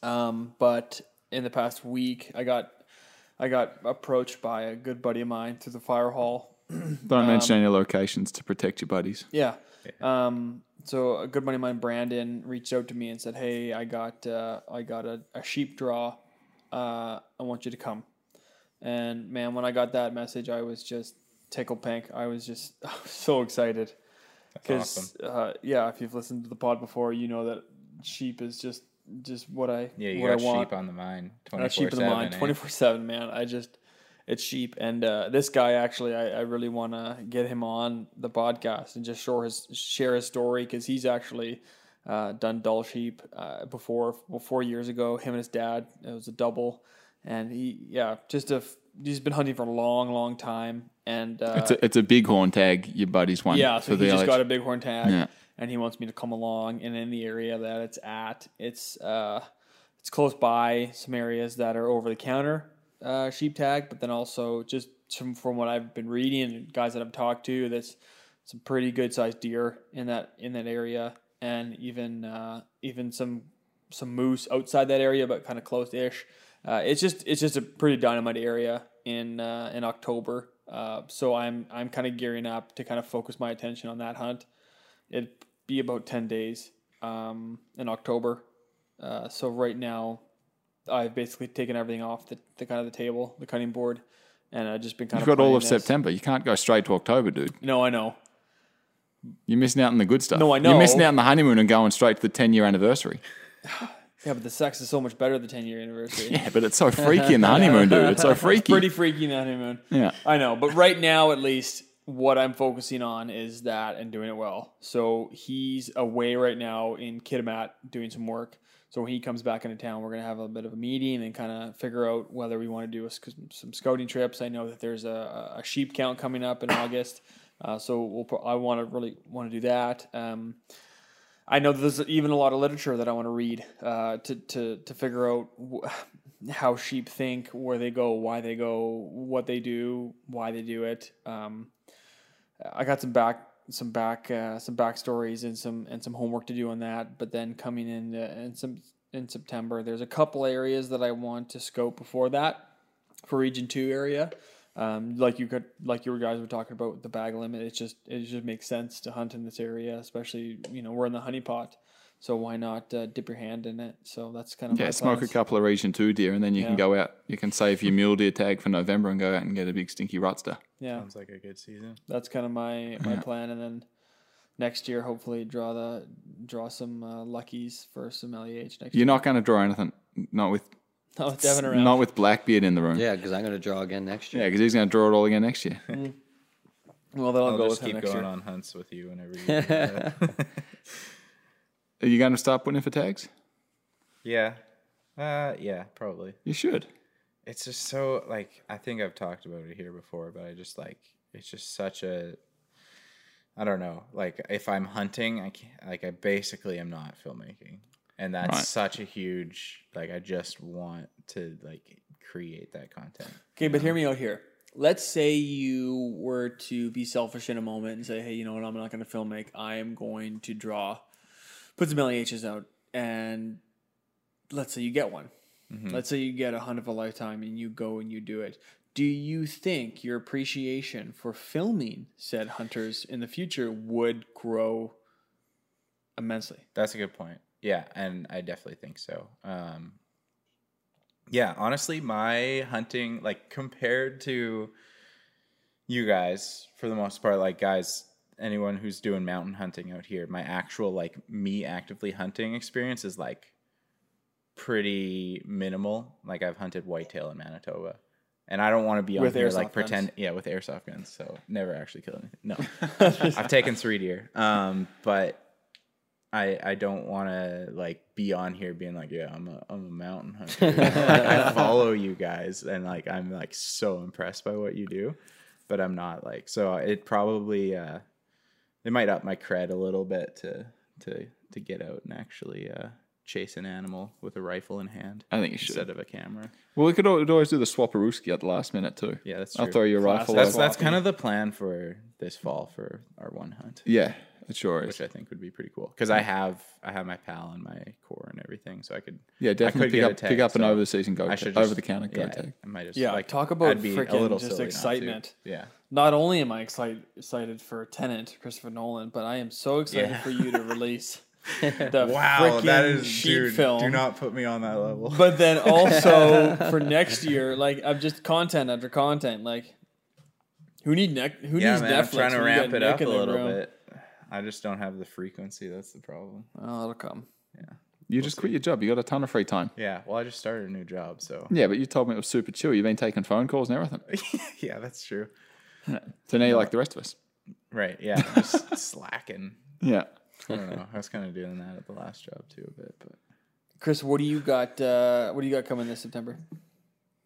S7: Um, but in the past week, I got I got approached by a good buddy of mine through the fire hall um,
S4: Don't mention any locations to protect your buddies.
S7: yeah. Um, so a good buddy of mine, Brandon, reached out to me and said, "Hey, I got uh, I got a, a sheep draw. Uh, I want you to come." And man, when I got that message, I was just tickle pink. I was just so excited because uh, yeah, if you've listened to the pod before, you know that sheep is just just what I
S6: Yeah, you
S7: what I
S6: got
S7: want.
S6: sheep on the mind.
S7: Not sheep in the
S6: 24/7,
S7: mind,
S6: eh?
S7: twenty four seven, man. I just it's sheep, and uh, this guy actually, I, I really want to get him on the podcast and just share his share his story because he's actually uh, done dull sheep uh, before well, four years ago. Him and his dad, it was a double, and he yeah, just a f- he's been hunting for a long, long time, and uh,
S4: It's a, it's a bighorn tag your buddies won.
S7: yeah,
S4: for
S7: so he
S4: the
S7: just
S4: LH.
S7: got a bighorn tag,
S4: Yeah.
S7: and he wants me to come along. And in the area that it's at, it's uh, it's close by some areas that are over the counter uh, sheep tag, but then also just from, from what I've been reading and guys that I've talked to, that's some pretty good sized deer in that in that area, and even uh, even some some moose outside that area, but kind of close ish. Uh, it's just it's just a pretty dynamite area in uh, in October. Uh, so I'm I'm kind of gearing up to kind of focus my attention on that hunt. It'd be about ten days um, in October. Uh, so right now, I've basically taken everything off the, the kind of the table, the cutting board, and I've just been kind
S4: You've
S7: of
S4: got all
S7: playing
S4: of
S7: this.
S4: September. You can't go straight to October, dude.
S7: No, I know.
S4: You're missing out on the good stuff.
S7: No, I know.
S4: You're missing out on the honeymoon and going straight to the 10 year anniversary.
S7: Yeah, but the sex is so much better the ten year anniversary.
S4: Yeah, but it's so freaky in the honeymoon, dude. It's so freaky.
S7: Pretty freaky in the honeymoon.
S4: Yeah.
S7: I know, but right now at least what I'm focusing on is that and doing it well. So he's away right now in Kitimat doing some work. So when he comes back into town, we're gonna have a bit of a meeting and kind of figure out whether we want to do a sc- some scouting trips. I know that there's a, a sheep count coming up in August, uh, so we'll pro- I want to really want to do that. Um, I know that there's even a lot of literature that I want to read uh, to to to figure out wh- how sheep think, where they go, why they go, what they do, why they do it. Um, I got some back some back uh, some backstories and some and some homework to do on that. But then coming in uh, in some in September, there's a couple areas that I want to scope before that for Region Two area. Um, like you could, like you guys were talking about with the bag limit, it just it just makes sense to hunt in this area, especially you know we're in the honeypot, so why not uh, dip your hand in it? So that's kind of
S4: Yeah,
S7: my
S4: smoke a
S7: plans.
S4: couple of region two deer, and then you
S7: Yeah.
S4: can go out. You can save your mule deer tag for November and go out and get a big stinky rotster.
S7: Yeah,
S6: Sounds like a good season.
S7: that's kind of my my plan, and then next year hopefully draw the draw some uh, luckies for some LEH next. year.
S4: You're not going to draw anything. Not with
S7: No, it's Devin around.
S4: not with Blackbeard in the room. Yeah,
S3: Yeah, because I'm gonna draw again next year.
S4: because he's going to draw it all again next year.
S6: Mm.
S7: well, then I'll,
S6: I'll
S7: go
S6: just
S7: with him
S6: keep
S7: next
S6: going
S7: year.
S6: on hunts with you whenever you. do that.
S4: Are you going to start putting in for tags?
S6: yeah, uh, yeah, probably.
S4: You should.
S6: It's just so like I think I've talked about it here before, but I just like it's just such a. I don't know. Like if I'm hunting, I can't. Like I basically am not filmmaking, and that's
S4: Right.
S6: such a huge. Like I just want to like create that content.
S7: Okay, but hear me out here. Let's say you were to be selfish in a moment and say, hey, you know what? I'm not going to film make. I am going to draw, put some LEHs out, and let's say you get one. Let's say you get a hunt of a lifetime and you go and you do it. Do you think your appreciation for filming said hunters in the future would grow immensely?
S6: That's a good point. Yeah, and I definitely think so. Um, yeah, honestly, my hunting, like compared to you guys, for the most part, like guys, anyone who's doing mountain hunting out here, my actual like me actively hunting experience is like pretty minimal. Like I've hunted whitetail in Manitoba, And I don't want to be on
S7: With
S6: here
S7: airsoft
S6: like
S7: guns.
S6: pretend, yeah, with airsoft guns. So never actually kill anything. No, I've taken three deer, um, but I I don't want to like be on here being like, yeah, I'm a I'm a mountain hunter. Like, I follow you guys, and like I'm like so impressed by what you do, but I'm not like so. It probably uh, it might up my cred a little bit to to to get out and actually uh, chase an animal with a rifle in hand.
S4: I think you should.
S6: instead of a camera.
S4: Well, we could al- we'd always do the Swaparooski at the last minute too.
S6: Yeah, that's
S4: I'll
S6: true.
S4: throw you a rifle.
S6: That's
S4: over.
S6: that's kind of the plan for this fall for our one hunt,
S4: yeah, it sure is.
S6: which I think would be pretty cool because I have I have my pal and my core and everything, so I could
S4: Yeah,
S6: I could
S4: definitely pick
S6: get
S4: up
S6: a tag,
S4: pick up an
S6: so
S4: over the season go
S6: I
S4: tag,
S6: should just-
S4: over the counter go
S6: yeah,
S4: tag.
S6: I might just
S7: Yeah,
S6: like
S7: talk about
S6: I'd be a
S7: freaking
S6: little
S7: just
S6: silly not to.
S7: excitement.
S6: Yeah,
S7: Not only am I excited excited for Tenant, Christopher Nolan, but I am so excited
S6: Yeah.
S7: for you to release the
S6: wow,
S7: freaking
S6: that is
S7: sheet
S6: dude.
S7: film.
S6: Do not put me on that level.
S7: But then also for next year, like I'm just content after content. Like, who need neck? Who
S6: yeah,
S7: needs
S6: man,
S7: Netflix?
S6: I'm trying to
S7: when you
S6: ramp
S7: got
S6: it
S7: Nick
S6: up a
S7: in the
S6: little
S7: room?
S6: bit. I just don't have the frequency. That's the problem.
S7: Oh, it'll come.
S4: You just quit your job. You got a ton of free time.
S6: Yeah. Well, I just started a new job, so
S4: Yeah, but you told me it was super chill. You've been taking phone calls and everything.
S6: yeah, that's true.
S4: So now you're like the rest of us.
S6: Right. Yeah. Just slacking.
S4: Yeah.
S6: I don't know. I was kind of doing that at the last job too a bit, but
S7: Chris, what do you got? Uh, what do you got coming this September?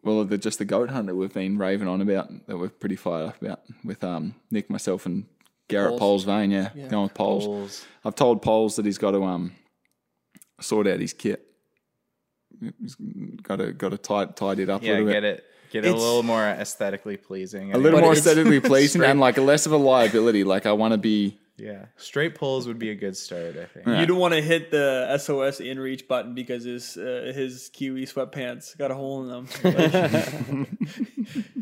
S4: Well, the, just the goat hunt that we've been raving on about, that we're pretty fired up about with um, Nick, myself, and Garrett Poles Vane. Yeah, going with Poles. I've told Poles that he's got to um, sort out his kit. He's got to got to tidy, tidy it up a
S6: yeah,
S4: little bit.
S6: get it, get it a little more aesthetically pleasing.
S4: A little
S7: But
S4: more
S7: it's-
S4: aesthetically pleasing and like less of a liability. Like I want to be.
S6: yeah. Straight pulls would be a good start, I think.
S7: You don't want to hit the SOS in reach button because his uh, his Kiwi sweatpants got a hole in them. Like,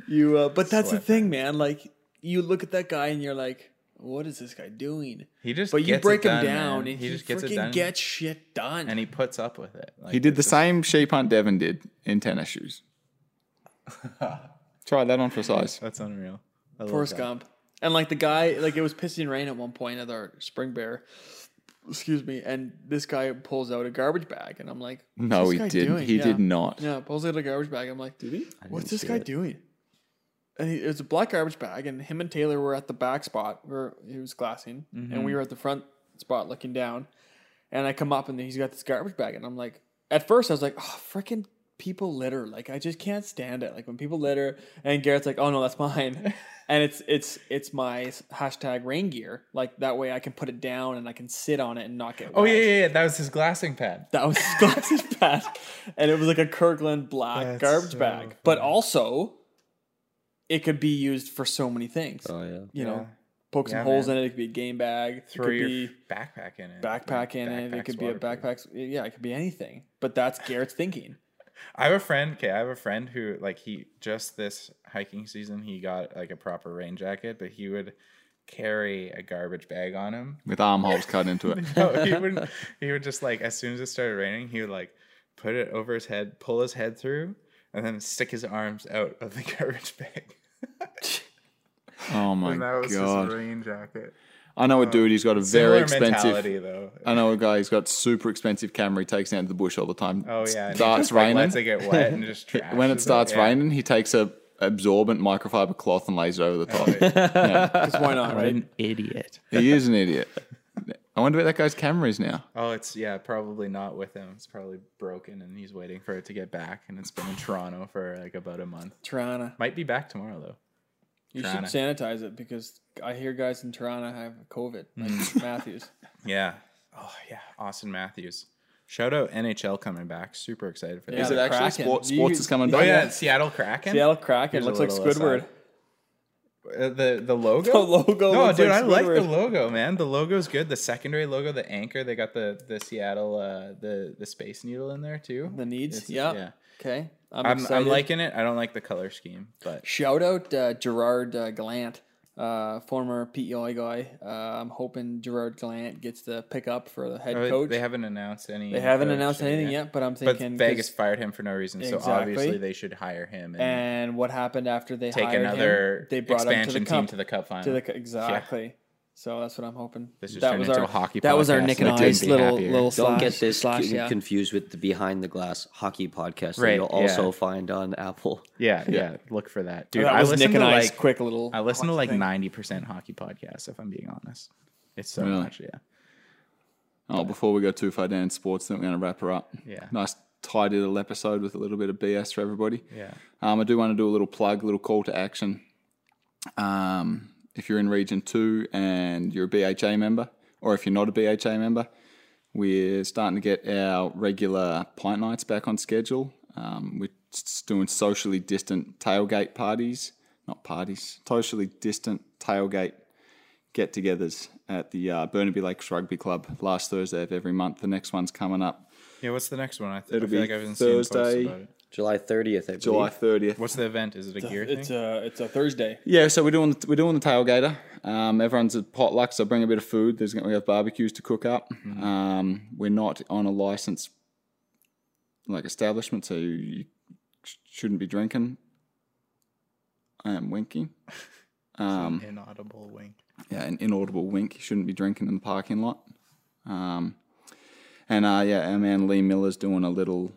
S7: you, uh, but that's the thing, man. Like you look at that guy and you're like, what is this guy doing?
S6: He just
S7: But you
S6: gets it
S7: break
S6: done,
S7: him down
S6: man.
S7: and
S6: he,
S7: he,
S6: just gets it
S7: freaking
S6: done,
S7: gets shit done.
S6: and he puts up with it. Like,
S4: He did the
S6: it's
S4: same sheep hunt Devon did in tennis shoes. Try that on for size.
S6: just- That's unreal. I love
S7: Forrest
S6: that.
S7: Gump. And like the guy, like it was pissing rain at one point at our spring bear. Excuse me. And this guy pulls out a garbage bag, and I'm like, what's
S4: No,
S7: this
S4: he
S7: guy
S4: didn't.
S7: doing?
S4: He
S7: Yeah.
S4: did not.
S7: Yeah, pulls out a garbage bag. I'm like, did he? What's this
S4: see
S7: guy
S4: it.
S7: doing? And he, it was a black garbage bag, and him and Taylor were at the back spot where he was glassing, and we were at the front spot looking down. And I come up, and he's got this garbage bag, and I'm like, at first I was like, oh, freaking people litter. Like I just can't stand it. Like when people litter, and Garrett's like, oh no, that's mine, and it's it's it's my hashtag rain gear. Like that way I can put it down and I can sit on it and not get.
S6: Oh
S7: wet.
S6: yeah, yeah, yeah. That was his glassing pad.
S7: That was his glasses bag. And it was like a Kirkland black
S6: That's
S7: garbage
S6: so
S7: bag.
S6: funny.
S7: But also, it could be used for so many things.
S3: Oh yeah.
S7: you
S6: Yeah.
S7: know, poke some
S6: Yeah,
S7: holes
S6: man.
S7: in it. It could be a game bag.
S6: Throw
S7: it could
S6: your
S7: be
S6: backpack in it.
S7: backpack in it. It
S6: Backpack's
S7: could be a
S6: waterproof.
S7: backpack. Yeah, it could be anything. But that's Garrett's thinking.
S6: I have a friend. Okay, I have a friend who like he just this hiking season he got like a proper rain jacket, but he would carry a garbage bag on him.
S4: With armholes cut into it.
S6: No, he would he would just like as soon as it started raining, he would like put it over his head, pull his head through, and then stick his arms out of the garbage bag.
S4: Oh my
S6: and that was
S4: god!
S6: his rain jacket.
S4: I know a dude. He's got a very
S6: Similar mentality
S4: expensive.
S6: though.
S4: I know a guy. He's got super expensive camera. He takes it out to the bush all the time.
S6: Oh yeah, and he
S4: starts
S6: just, like,
S4: raining.
S6: lets it get wet and just
S4: when
S6: trashes
S4: it starts
S6: yeah.
S4: raining, he takes a absorbent microfiber cloth and lays it over the top.
S7: Because why not, right?
S3: Idiot.
S4: he is an idiot. I wonder where that guy's camera is now.
S6: Oh, it's yeah, probably not with him. It's probably broken, and he's waiting for it to get back. And it's been in Toronto for like about a month.
S7: Toronto.
S6: Might be back tomorrow though.
S7: You
S6: Toronto.
S7: should sanitize it because I hear guys in Toronto have COVID,
S6: Mm.
S7: like Matthews.
S6: Yeah. Oh yeah, Austin Matthews. Shout out NHL coming back. Super excited for that.
S7: Yeah,
S4: Is it
S7: the
S4: actually
S7: Kraken.
S4: sports?
S7: You-
S4: Sports is coming
S6: Oh
S4: back.
S6: yeah, Seattle Kraken.
S7: Seattle Kraken
S6: Here's a
S7: looks like
S6: little
S7: Squidward.
S6: aside. Uh, the the logo.
S7: The logo
S6: No,
S7: looks
S6: dude,
S7: like
S6: I like the
S7: Squidward.
S6: logo, man. The logo's good. The secondary logo, the anchor. They got the the Seattle uh, the the space needle in there too.
S7: The needs.
S6: It's-
S7: yeah.
S6: yeah.
S7: Okay.
S6: I'm,
S7: I'm,
S6: I'm
S7: excited.
S6: liking it. I don't like the color scheme, but
S7: Shout out uh, Gerard uh, Glant, uh, former PEI guy. Uh, I'm hoping Gerard Glant gets the pickup for the head
S6: Oh,
S7: coach.
S6: they haven't announced any.
S7: They haven't
S6: coach
S7: announced anything yet, but I'm
S6: But
S7: thinking 'cause-
S6: Vegas fired him for no reason, so
S7: Exactly.
S6: obviously they should hire him and,
S7: And what happened after they
S6: take
S7: hired
S6: another
S7: him? They brought him
S6: expansion
S7: to the
S6: team
S7: cup.
S6: to the cup final.
S7: To the cu- exactly.
S10: So that's what I'm hoping.
S6: This just
S10: that
S6: turned
S10: was
S6: into
S10: our
S6: a hockey
S10: That was our
S6: podcast.
S10: Nick and
S6: I couldn't
S10: I's
S6: be
S10: little
S6: happier.
S10: little
S3: Don't
S10: slash,
S3: get this
S10: slash,
S3: con-
S10: yeah.
S3: confused with the Behind the Glass Hockey podcast that
S6: Right,
S3: you'll also
S6: yeah.
S3: find on Apple.
S6: Yeah, yeah, Look for
S7: Oh,
S6: that, dude.
S10: that
S6: I
S10: was
S6: listen
S10: Nick and
S6: to
S10: I's
S6: like
S10: quick little.
S6: I listen to
S10: hockey
S6: like
S10: thing.
S6: ninety percent hockey podcasts. If I'm being honest, it's so
S4: Really?
S6: much. Yeah,
S4: Oh, before we go too far down in sports, then we're going to wrap her up.
S6: Yeah.
S4: Nice tidy little episode with a little bit of BS for everybody.
S6: yeah.
S4: Um, I do want to do a little plug, little call to action. Um, if you're in Region 2 and you're a BHA member, or if you're not a BHA member, we're starting to get our regular pint nights back on schedule. Um, we're s- doing socially distant tailgate parties, not parties, socially distant tailgate get togethers at the uh, Burnaby Lakes Rugby Club last Thursday of every month. The next one's coming up
S6: Yeah. What's the next one? I, th- I
S4: It'll
S6: feel
S4: be
S6: like I've been seeing posts
S4: Thursday.
S6: about it.
S3: July 30th, I
S4: July
S3: believe.
S4: 30th.
S6: What's the event? Is it a gear
S10: It's
S6: thing?
S10: a
S7: uh,
S10: it's a Thursday.
S4: Yeah, so we're doing we're doing the tailgater. Um, everyone's at potluck, so bring a bit of food. There's gonna we have barbecues to cook up. Um, we're not on a licensed like establishment, so you, you sh- shouldn't be drinking. I am winking. Um,
S6: Inaudible wink.
S4: yeah, an inaudible wink. You shouldn't be drinking in the parking lot. Um, and uh, yeah, our man Lee Miller's doing a little.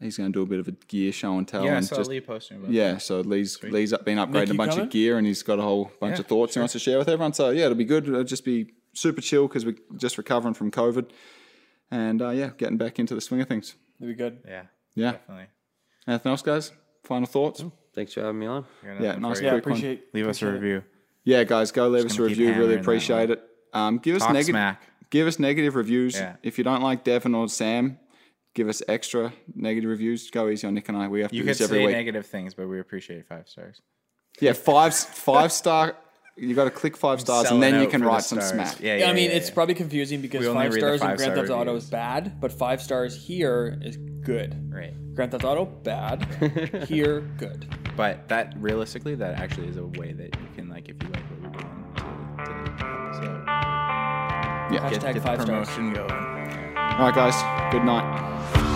S4: He's going to do a bit of a gear show and tell.
S6: Yeah, I
S4: and
S6: saw
S4: just,
S6: Lee posting about.
S4: yeah, so Lee's Lee's up, been upgrading
S10: Nick,
S4: a
S10: you
S4: bunch
S10: coming?
S4: of gear, and he's got a whole bunch of thoughts he wants to share with everyone. So yeah, it'll be good. It'll just be super chill because we're just recovering from COVID, and uh, yeah, getting back into the swing of things.
S10: It'll be good.
S6: That. Yeah,
S4: Yeah.
S6: definitely.
S4: Anything else, guys? Final thoughts?
S3: Thanks for having me on.
S6: You're gonna
S4: Yeah,
S6: have
S4: nice
S6: to
S10: Yeah,
S4: quick one.
S10: appreciate.
S6: Leave us a review.
S4: Yeah, guys, go leave us a
S6: gonna keep
S4: review. Really
S6: hammering that
S4: appreciate it. Um, give us
S6: Talk
S4: negative.
S6: smack.
S4: Give us negative reviews.
S6: Yeah.
S4: If you don't like Devin or Sam, give us extra negative reviews. Go easy on Nick and I. We have to
S6: You
S4: do
S6: could
S4: this
S6: say
S4: every week.
S6: negative things, but we appreciate five stars.
S4: yeah, five five star. You got to click five stars, and
S6: Selling
S4: then you
S6: out
S4: can
S6: for the
S4: write some
S6: stars.
S4: smack.
S6: Yeah,
S10: Yeah,
S6: yeah
S10: I mean,
S6: yeah,
S10: it's
S6: yeah.
S10: probably confusing because
S6: We only
S10: five
S6: read the
S10: stars in
S6: five
S10: Grand
S6: star
S10: Theft Auto
S6: reviews.
S10: is bad, but five stars here is good.
S6: right.
S10: Grand Theft Auto bad, here good.
S6: But that realistically, that actually is a way that you can like, if you like what we're doing, to, to episode,
S4: Yeah.
S10: Hashtag five stars.
S6: promotion going.
S4: All right, guys. Good night.